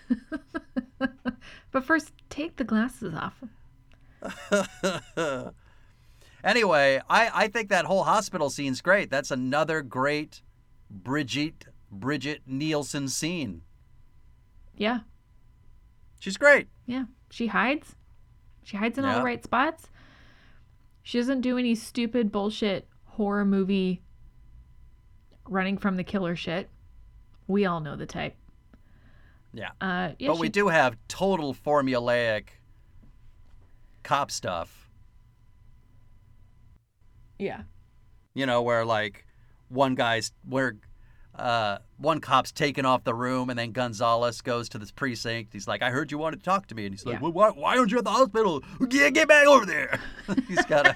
But first, take the glasses off.
Anyway, I I think that whole hospital scene's great. That's another great Bridget Bridget Nielsen scene.
Yeah.
She's great.
Yeah. She hides. She hides in all
Yeah.
the right spots. She doesn't do any stupid bullshit horror movie running from the killer shit. We all know the type.
Yeah.
Uh, yeah
But
she,
we do have total formulaic cop stuff. *laughs*
Yeah.
you know, where like one guy's where uh, one cop's taken off the room, and then Gonzalez goes to this precinct. He's like, "I heard you wanted to talk to me," and he's like,
Yeah.
well, why, "Why aren't you at the hospital? Get, get back over there." *laughs* he's got to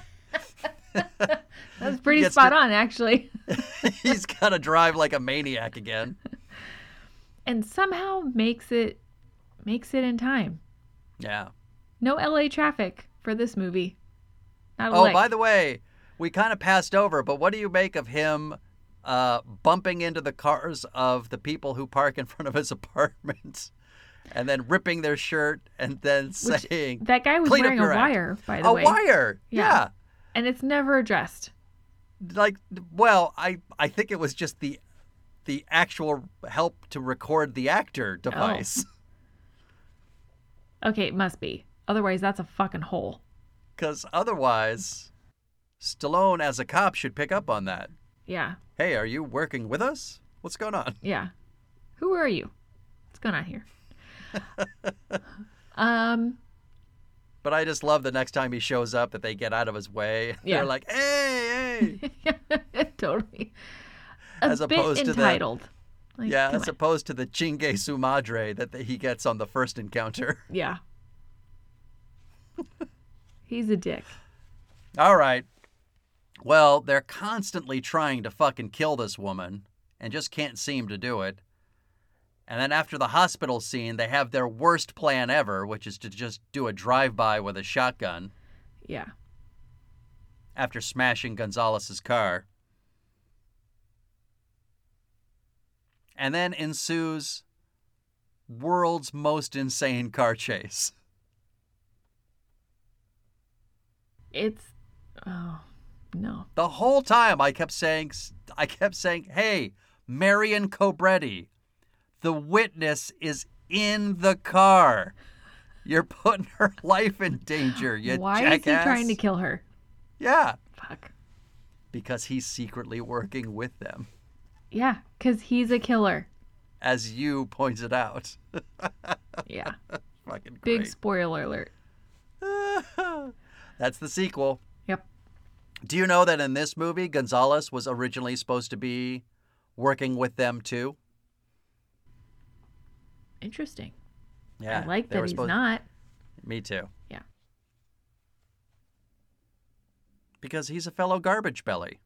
That's pretty
gets
spot
to-
on, actually. *laughs*
he's got to drive like a maniac again.
and somehow makes it makes it in time.
Yeah.
No LA traffic for this movie. Not a
Oh,
lick.
by the way, we kind of passed over, but what do you make of him uh, bumping into the cars of the people who park in *laughs* front of his apartment and then ripping their shirt and then
Which-
saying,
that guy was
Clean up
wearing a
your act.
wire, *laughs* by the
A
way.
wire! yeah.
Yeah. And it's never addressed.
like well i i think it was just the the actual help to record the actor
Oh.
device *laughs*
Okay, it must be. Otherwise, that's a fucking hole.
because otherwise stallone as a cop should pick up on that
Yeah,
hey are you working with us what's going on
yeah. Who are you? What's going on
*laughs*
here? um, *laughs*
but i just love the next time he shows up that they get out of his way *laughs*
Yeah.
they're like hey hey
totally. A
As
bit
opposed to the-
entitled. *laughs* Like,
yeah
come
as
on.
opposed to the chingue su madre that he gets on the first encounter *laughs*
yeah. He's a dick.
All right. Well, they're constantly trying to fucking kill this woman and just can't seem to do it. And then after the hospital scene, they have their worst plan ever, which is to just do a drive by with a shotgun
Yeah.
after smashing Gonzalez's car. And then ensues world's most insane car chase.
It's. Oh, no.
The whole time I kept saying, I kept saying, hey, Marion Cobretti, the witness is in the car. You're putting her *laughs* life in danger, you
Why
jackass.
is he trying to kill her?
Yeah,
Fuck.
because he's secretly working with them,
Yeah, because he's a killer.
as you pointed out. *laughs*
Yeah.
Fucking
Big
great.
spoiler alert.
*laughs* That's the sequel.
Yep.
Do you know that in this movie, Gonzalez was originally supposed to be working with them too?
Interesting.
Yeah,
I like
they were
that he's
supposed-
not.
Me too.
Yeah.
Because he's a fellow garbage belly,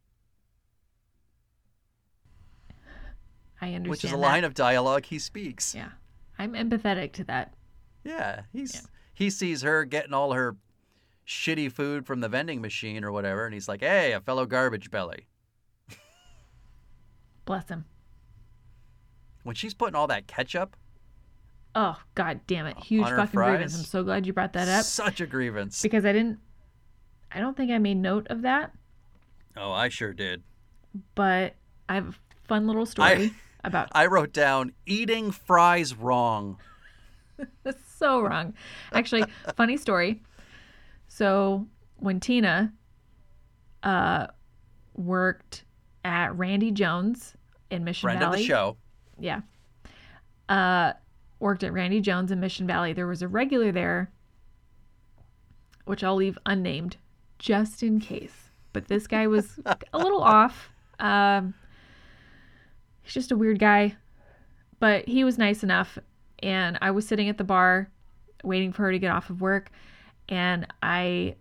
I understand.
which is a
that.
line of dialogue he speaks.
Yeah. I'm empathetic to that.
Yeah, he's he sees her getting all her shitty food from the vending machine or whatever, and he's like, "Hey, a fellow garbage belly."
Bless him.
When she's putting all that ketchup,
Oh, god damn it. Huge
On her
fucking grievance.
Uh, fries?
I'm so glad you brought that up
such a grievance.
because I didn't I don't think I made note of that,
Oh, I sure did.
but I have a fun little story *laughs*
I-
about
I wrote down eating fries wrong.
That's so wrong. Actually, funny story. So when Tina uh, worked at Randy Jones in Mission
Friend
Valley,
of the show.
yeah, uh, worked at Randy Jones in Mission Valley. There was a regular there, which I'll leave unnamed, just in case. But this guy was a little off. Um, he's just a weird guy, but he was nice enough. And I was sitting at the bar, waiting for her to get off of work, and I,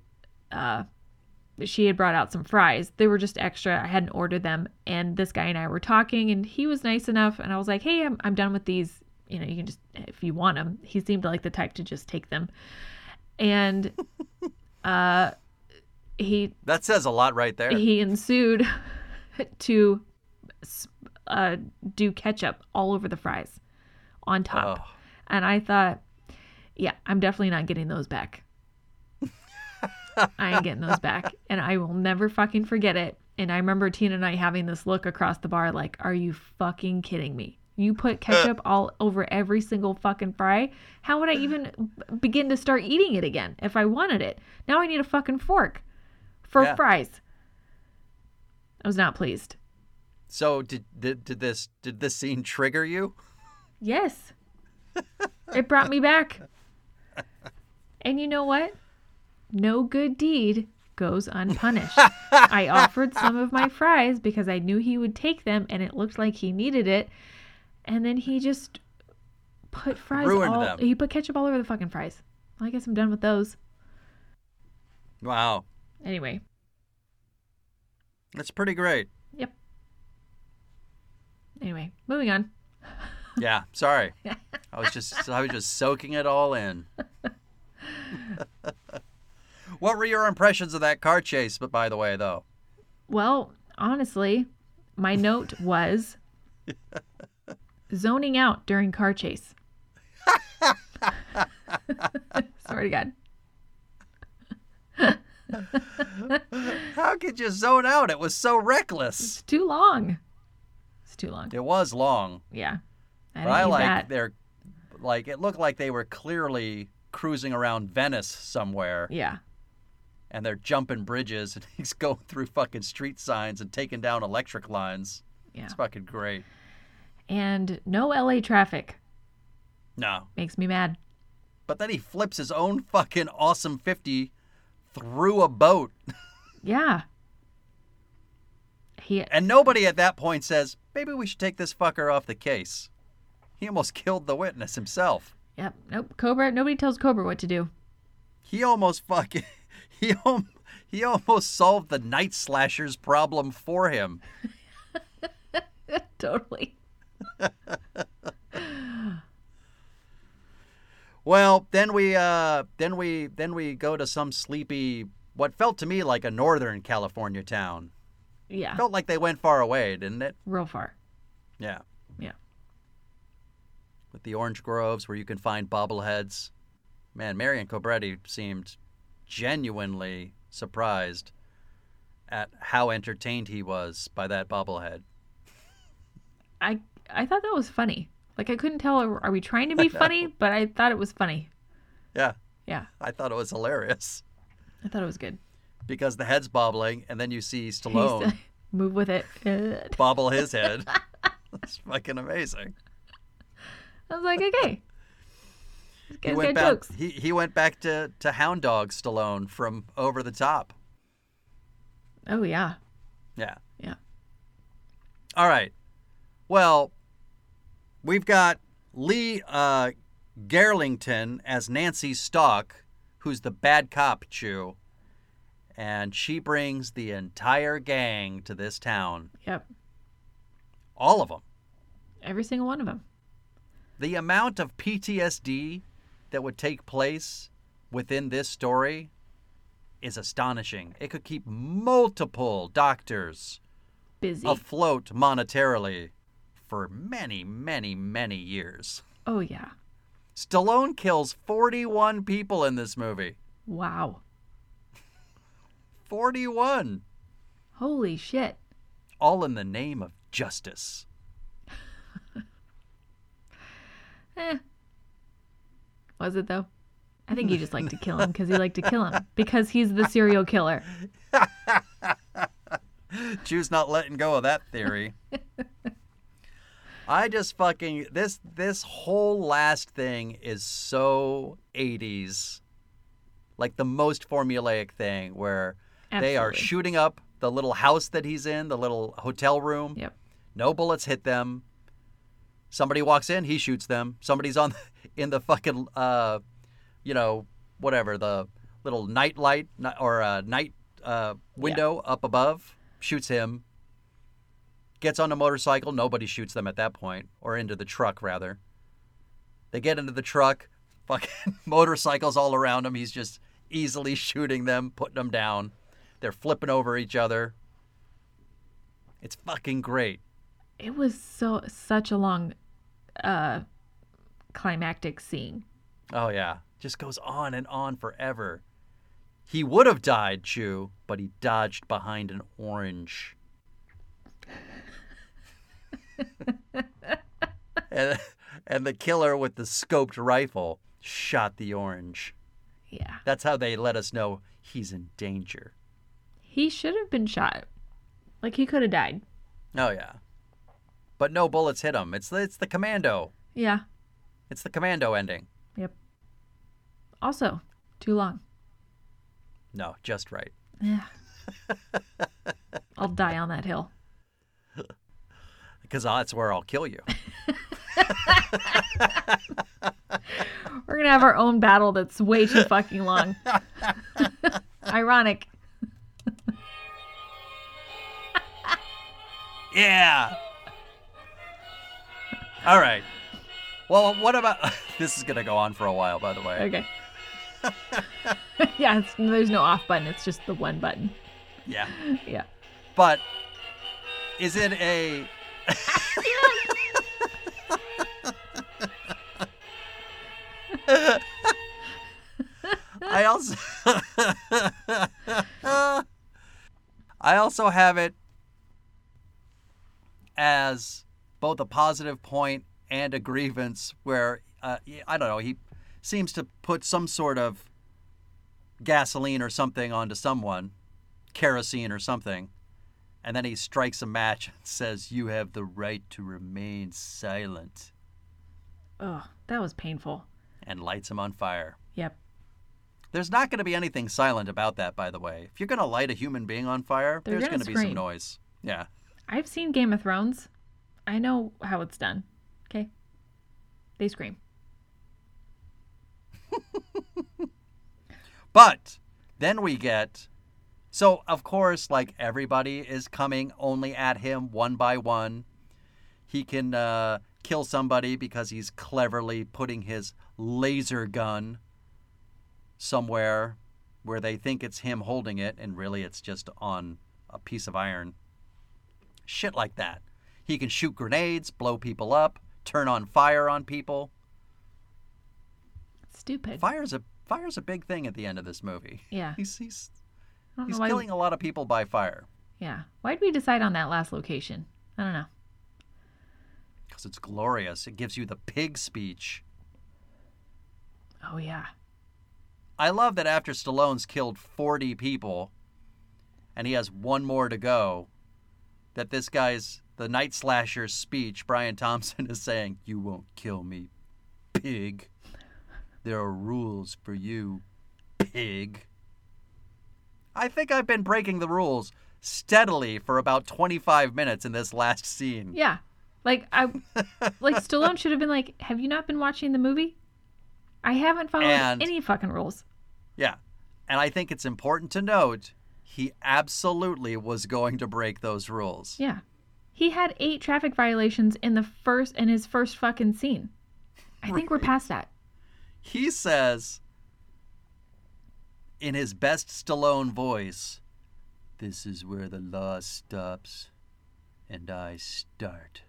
uh, she had brought out some fries. They were just extra. I hadn't ordered them, and this guy and I were talking, and he was nice enough. And I was like, "Hey, I'm I'm done with these. You know, you can just if you want them." He seemed like the type to just take them, and uh, he
That says a lot right there.
he ensued *laughs* to s- uh, do ketchup all over the fries on top.
Oh.
And I thought, yeah, I'm definitely not getting those back. I ain't getting those back. And I will never fucking forget it. And I remember Tina and I having this look across the bar like, are you fucking kidding me? You put ketchup all over every single fucking fry. How would I even b- begin to start eating it again if I wanted it? Now I need a fucking fork for
Yeah.
fries. I was not pleased.
So did, did did this did this scene trigger you?
Yes. it brought me back. And you know what? No good deed goes unpunished. I offered some of my fries because I knew he would take them and it looked like he needed it. And then he just put fries
Ruined
all
them.
he put ketchup all over the fucking fries. Well, I guess I'm done with those.
Wow,
Anyway.
that's pretty great.
Yep. Anyway, moving on.
Yeah, sorry. I was just I was just soaking it all in. *laughs* what were your impressions of that car chase? But by the way, though,
Well, honestly, my note was zoning out during car chase. *laughs* Sorry, to God.
How could you zone out? It was so reckless.
It's too long. It's too long.
It was long,
Yeah. I
but
don't
I
need
like
that.
their like it looked like they were clearly cruising around Venice somewhere
Yeah.
and they're jumping bridges *laughs* and he's going through fucking street signs and taking down electric lines.
Yeah.
It's fucking great.
And no LA traffic
No.
makes me mad.
But then he flips his own fucking awesome 50 through a boat.
Yeah. He
And nobody at that point says, maybe we should take this fucker off the case. He almost *laughs* killed the witness himself.
Yep. Nope. Cobra. Nobody tells Cobra what to do. *laughs*
He almost fucking. *laughs* He, al- he almost solved the night slasher's problem for him.
totally.
Well, then we uh then we then we go to some sleepy what felt to me like a northern California town.
Yeah.
Felt like they went far away, didn't it?
Real far.
Yeah.
Yeah.
With the orange groves where you can find bobbleheads. Man, Marion Cobretti seemed genuinely surprised at how entertained he was by that bobblehead.
I I thought that was funny. Like I couldn't tell. Are we trying
*laughs*
to be funny? But I thought it was funny.
Yeah,
Yeah.
I thought it was hilarious *laughs*
I thought it was good.
because the head's bobbling and then you see
*laughs* He used
Stallone
to Move with it. *laughs* I
bobble his head. *laughs* That's fucking amazing.
was like, okay. This
He
guy's
went,
got
back,
jokes.
he, he went back to, to Hound Dog Stallone from Over the Top.
Oh yeah.
Yeah.
Yeah.
All right. Well, we've got Lee uh, Garlington as Nancy Stock, who's the bad cop Chew, and she brings the entire gang to this town.
Yep.
All of them.
Every single one of them.
The amount of PTSD that would take place within this story is astonishing. It could keep multiple doctors
Busy.
Oh. afloat monetarily for many, many, many years.
oh yeah.
Stallone kills 41 people in this movie.
Wow.
41.
Holy shit.
All in the name of justice.
Eh. Was it though? I think he just liked to kill him because he liked to kill
*laughs*
him because he's the serial killer.
Chew's not letting go of that theory. I just fucking this this whole last thing is so 80s. Like the most formulaic thing where they are
Absolutely.
shooting up the little house that he's in, the little hotel room.
Yep.
No bullets hit them. Somebody walks in, he shoots them. Somebody's on *laughs* in the fucking uh, you know, whatever the little night light ni- or uh, night uh, window up above shoots him. Gets on a motorcycle. Nobody shoots them at that point, or into the truck rather. They get into the truck. Fucking *laughs* motorcycles all around him. He's just easily shooting them, putting them down. They're flipping over each other. It's fucking great.
It was so such a long, uh, climactic scene.
Oh yeah, just goes on and on forever. He would have died, Chew, but he dodged behind an orange. and, and the killer with the scoped rifle shot the orange.
Yeah.
That's how they let us know he's in danger.
He should have been shot. Like he could have died.
Oh yeah, but no bullets hit him. It's the, it's the commando.
Yeah.
It's the commando ending.
Yep. Also, too long.
No, just right.
Yeah. I'll die on that hill.
Because that's where I'll kill you.
We're gonna have our own battle that's way too fucking *laughs* long. Ironic.
Yeah. All right. Well, what about *laughs* this is going to go on for a while by the way.
Okay. *laughs* yeah, it's, there's no off button. It's just the one button.
Yeah.
Yeah.
But is it a I also *laughs* I also have it as both a positive point and a grievance where uh, I don't know he seems to put some sort of gasoline or something onto someone kerosene or something and then he strikes a match and says you have the right to remain silent
Oh, that was painful.
and lights him on fire
Yep.
There's not going to be anything silent about that, by the way. If you're going to light a human being on fire,
They're
there's
gonna
going to be some
scream.
noise. Yeah.
I've seen Game of Thrones. I know how it's done. Okay. They scream.
But then we get. So, of course, like everybody is coming only at him one by one. He can uh, kill somebody because he's cleverly putting his laser gun somewhere where they think it's him holding it, and really it's just on a piece of iron. Shit like that. He can shoot grenades, blow people up, turn on fire on people.
Stupid.
Fire's a fire's a big thing at the end of this movie.
Yeah.
He's he's
I don't
He's
know why.
killing a lot of people by fire
Yeah. Why'd we decide on that last location? I don't know.
because it's glorious. It gives you the pig speech.
Oh, yeah.
I love that after Stallone's killed 40 people and he has one more to go, that this guy's, the Night Slasher's speech, Brian Thompson *laughs* is saying, You won't kill me, pig. There are rules for you, pig. I think I've been breaking the rules steadily for about 25 minutes in this last scene.
Yeah. Like, I. like, Stallone should have been like, have you not been watching the movie? I haven't followed
And-
any fucking rules.
Yeah. And I think it's important to note he absolutely was going to break those rules.
Yeah. He had eight traffic violations in the first, in his first fucking scene. I think we're past that.
He says in his best Stallone voice, This is where the law stops and I start.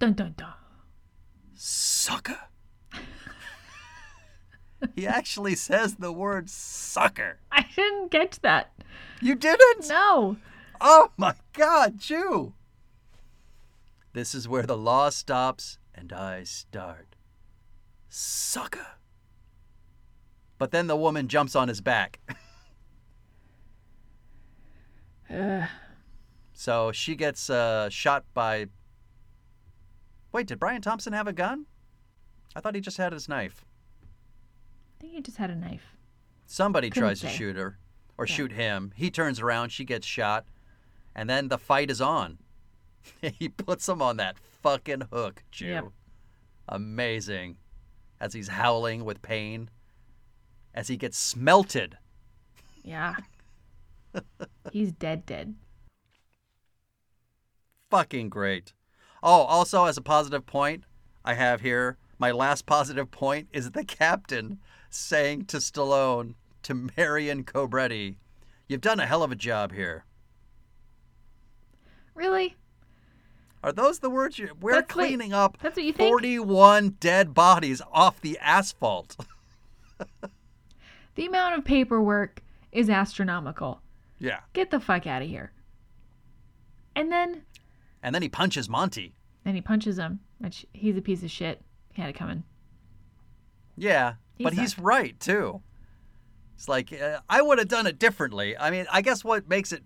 Dun dun dun. *laughs*
Sucker. he actually says the word sucker.
I didn't catch that.
You didn't?
No.
Oh my God, Jew! This is where the law stops and I start. Sucker! But then the woman jumps on his back. *laughs* So she gets uh, shot by. Wait, did Brian Thompson have a gun? I thought he just had his knife.
I think he just had a knife.
Somebody
Couldn't
tries to
say.
shoot her or shoot him. He turns around, she gets shot, and then the fight is on. *laughs* he puts him on that fucking hook, Jew.
Yep.
Amazing. As he's howling with pain, as he gets smelted.
Yeah. He's dead, dead.
Fucking great. Oh, also, as a positive point, I have here my last positive point is the captain saying to Stallone, to Marion Cobretti, You've done a hell of a job here.
Really?
Are those the words you we're
That's what-
cleaning up
that's what you think?
41 dead bodies off the asphalt. *laughs*
The amount of paperwork is astronomical.
Yeah.
Get the fuck out of here. And then,
And then he punches Monty.
then he punches him, which he's a piece of shit. He had it coming.
Yeah.
He
but he's right too. It's like uh, I would have done it differently. I mean, I guess what makes it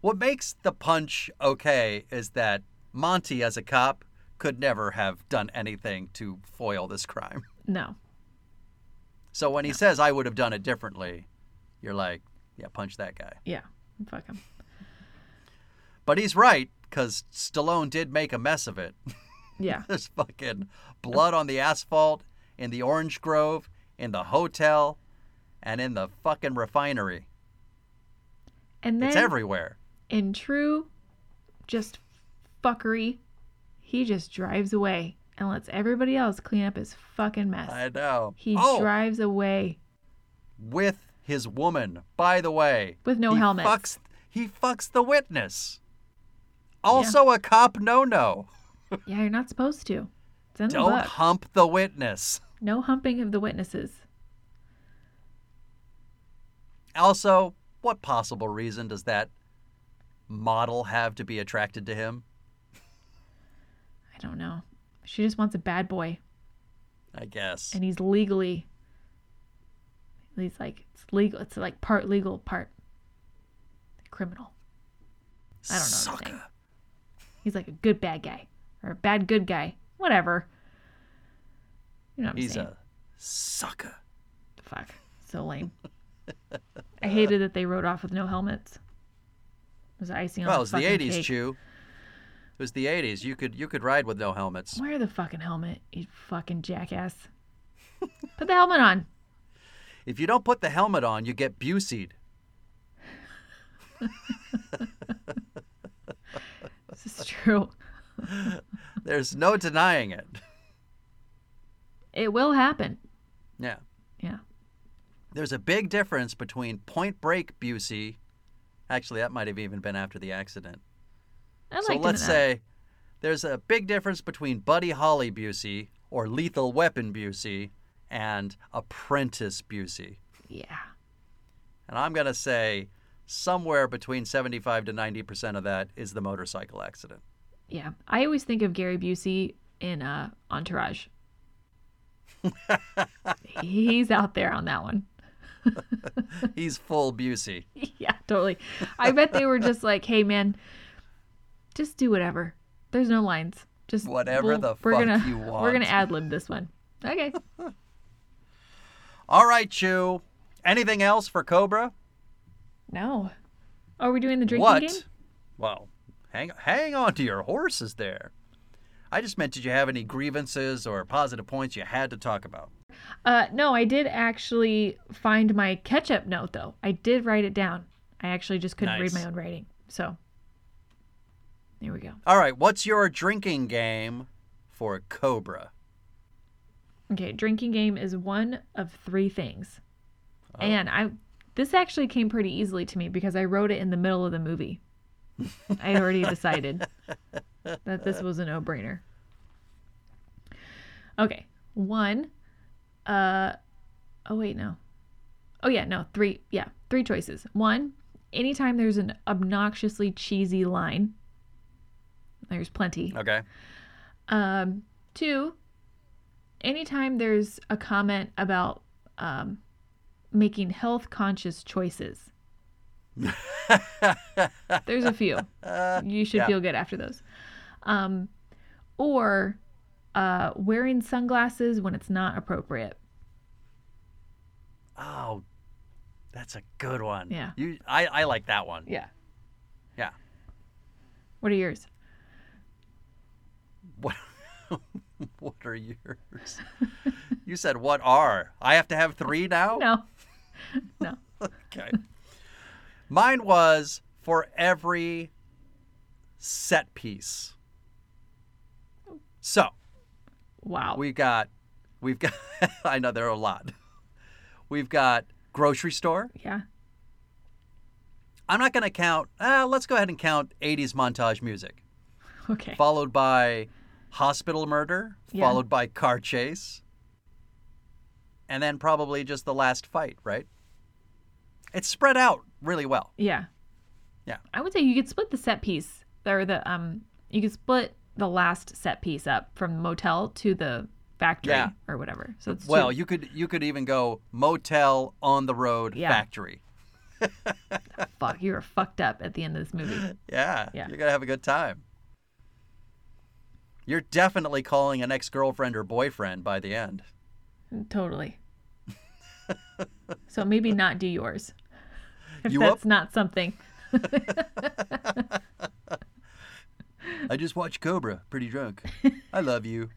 what makes the punch okay is that Monty as a cop could never have done anything to foil this crime. *laughs*
No.
So when he says I would have done it differently, you're like, yeah, punch that guy.
Yeah. Fuck him.
But he's right cuz Stallone did make a mess of it. *laughs*
Yeah.
There's fucking blood on the asphalt, in the orange grove, in the hotel, and in the fucking refinery.
And
It's
then,
everywhere.
in true just fuckery, he just drives away and lets everybody else clean up his fucking mess.
I know.
He
oh, *laughs*
drives away.
with his woman, by the way.
With no
he
helmets.
Fucks, He fucks the witness. Also a cop no no.
Yeah, you're not supposed to. It's in the
Don't
book.
hump the witness.
No humping of the witnesses.
Also, what possible reason does that model have to be attracted to him?
I don't know. She just wants a bad boy,
I guess.
and he's legally. He's like it's legal. It's like part legal, part criminal. I don't know his
Sucker.
name. He's like a good bad guy or a bad good guy, whatever. You know what I'm
He's
saying?
a sucker.
Fuck, so lame. I hated that they rode off with no helmets. It was icing on
Well, it
the
was the
fucking
'80s,
cake.
Chew. It was the '80s. You could you could ride with no helmets.
Wear the fucking helmet, you fucking jackass. Put the helmet on.
If you don't put the helmet on, you get Busey'd.
This is true.
There's no denying it. *laughs*
It will happen.
Yeah.
Yeah.
There's a big difference between Point Break Busey. Actually, that might have even been after the accident.
I liked
so
him in
let's
that.
say there's a big difference between Buddy Holly Busey or Lethal Weapon Busey and Apprentice Busey.
Yeah.
And I'm going to say somewhere between 75 to 90% of that is the motorcycle accident.
Yeah. I always think of Gary Busey in uh,
*laughs*
Entourage. He's out there on that one. *laughs*
He's full Busey.
yeah, totally. I bet they were just like, "Hey, man, just do whatever. There's no lines. Just
Whatever the
we're
fuck
gonna,
you
We're gonna
want."
ad lib this one. Okay.
All right, Chew. Anything else for Cobra?
no. Are we doing the drinking
what?
game?
Well, hang hang on to your horses there. I just meant did you have any grievances or positive points you had to talk about?
Uh, no, I did actually find my catch-up note though. I did write it down. I actually just couldn't read
Nice.
my own writing. So there we go.
All right, what's your drinking game for Cobra?
Okay, drinking game is one of three things. And I this actually came pretty easily to me because I wrote it in the middle of the movie. I had already decided that this was a no-brainer. Okay. One uh oh wait, no. Oh yeah, no, three. Yeah, three choices. One, anytime there's an obnoxiously cheesy line. There's plenty. *laughs*
Okay.
Um, two, anytime there's a comment about um, making health conscious choices, there's
*laughs*
a few. You should
Yeah.
feel good after those. Um, or uh, wearing sunglasses when it's not appropriate.
Oh, that's a good one.
Yeah.
You I, I like that one.
Yeah.
Yeah. *laughs*
What are yours?
What what are yours? you said what are? I have to have 3 now?
No. No.
Okay. Mine was for every set piece. So
Wow.
we've got, we've got, *laughs* I know there are a lot. We've got grocery store.
yeah.
I'm not going to count, uh, let's go ahead and count 80s montage music,
Okay.
followed by hospital murder,
Yeah.
followed by car chase, and then probably just the last fight, right? It's spread out really well.
Yeah.
Yeah.
I would say you could split the set piece or the um you could split the last set piece up from the motel to the factory
Yeah.
or whatever. So it's
Well,
two.
you could you could even go motel on the road
Yeah.
factory.
fuck you were fucked up at the end of this movie.
Yeah,
Yeah.
you're gonna have a good time. You're definitely calling an ex girlfriend or boyfriend by the end.
*laughs* totally. so maybe not do yours. If
You
that's
up?
not something.
I just watched Cobra,
*laughs*
pretty drunk. I love you.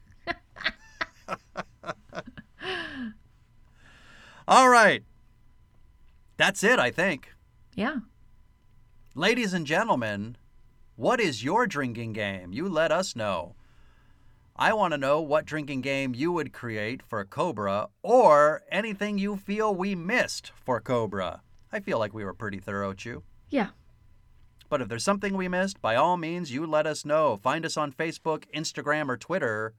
All right, that's it. I think,
Yeah.
ladies and gentlemen, what is your drinking game? You let us know. I want to know what drinking game you would create for Cobra or anything you feel we missed for Cobra. I feel like we were pretty thorough, Chew.
Yeah.
But if there's something we missed, by all means, you let us know. Find us on Facebook, Instagram, or Twitter.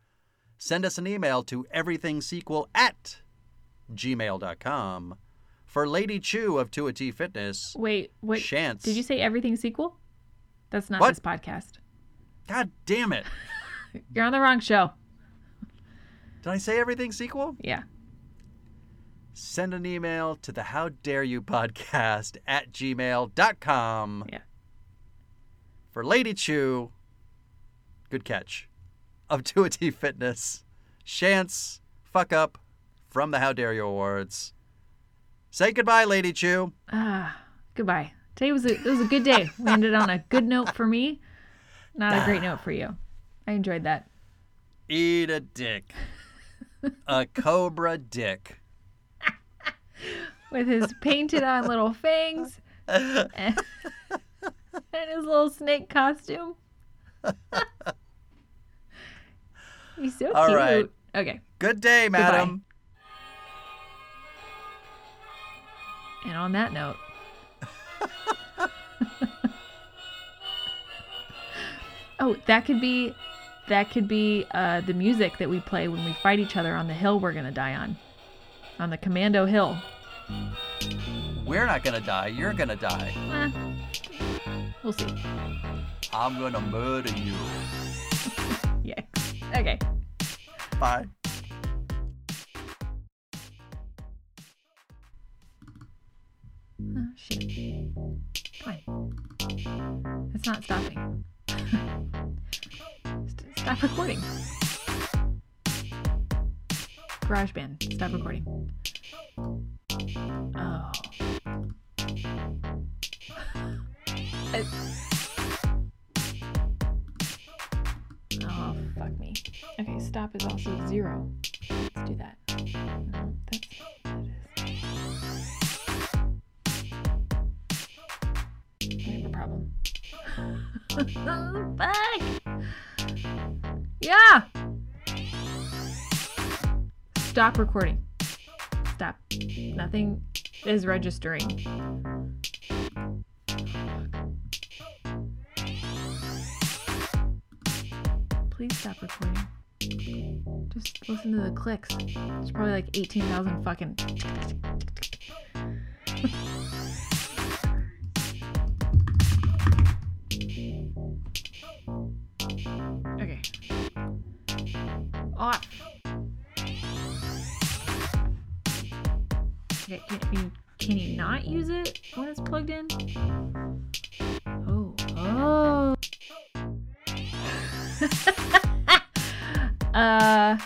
Send us an email to everythingsequel at gmail.com. For Lady Chu of Tua T Fitness,
Wait, what?
Chance.
Did you say everything sequel? That's not
What?
this podcast.
God damn it.
You're on the wrong show.
Did I say everything sequel?
Yeah.
Send an email to the How Dare You podcast *laughs* at gmail.com.
Yeah.
For Lady Chu, good catch, of *laughs* Tua T Fitness, Chance, fuck up from the How Dare You Awards. Say goodbye, Lady Chu.
Ah, goodbye. Today was a, it was a good day. *laughs* we ended on a good note for me, not a
Ah.
great note for you. I enjoyed that.
Eat a dick. a cobra dick.
with his painted on little fangs
*laughs*
and, and his little snake costume. He's so
All
cute.
right.
Okay.
Good day, madam.
And on that
*laughs*
note, oh, that could be that could be uh, the music that we play when we fight each other on the hill we're gonna die on, on the commando hill.
We're not gonna die. You're gonna die.
Eh, we'll see.
I'm gonna murder you.
Yikes. Okay.
Bye.
Oh, shit. Come on. It's not stopping. *laughs* St- stop recording. GarageBand, stop recording. Oh. *laughs* It- Oh, fuck me. Okay, stop is also zero. Let's do that. No, that's. That is. I have a problem. Fuck! Yeah! Stop recording. Stop. Nothing is registering. Please stop recording. Just listen to the clicks. It's probably like 18,000 fucking. Okay. Off. Okay, can you can you not use it when it's plugged in? Oh. Oh. *laughs* uh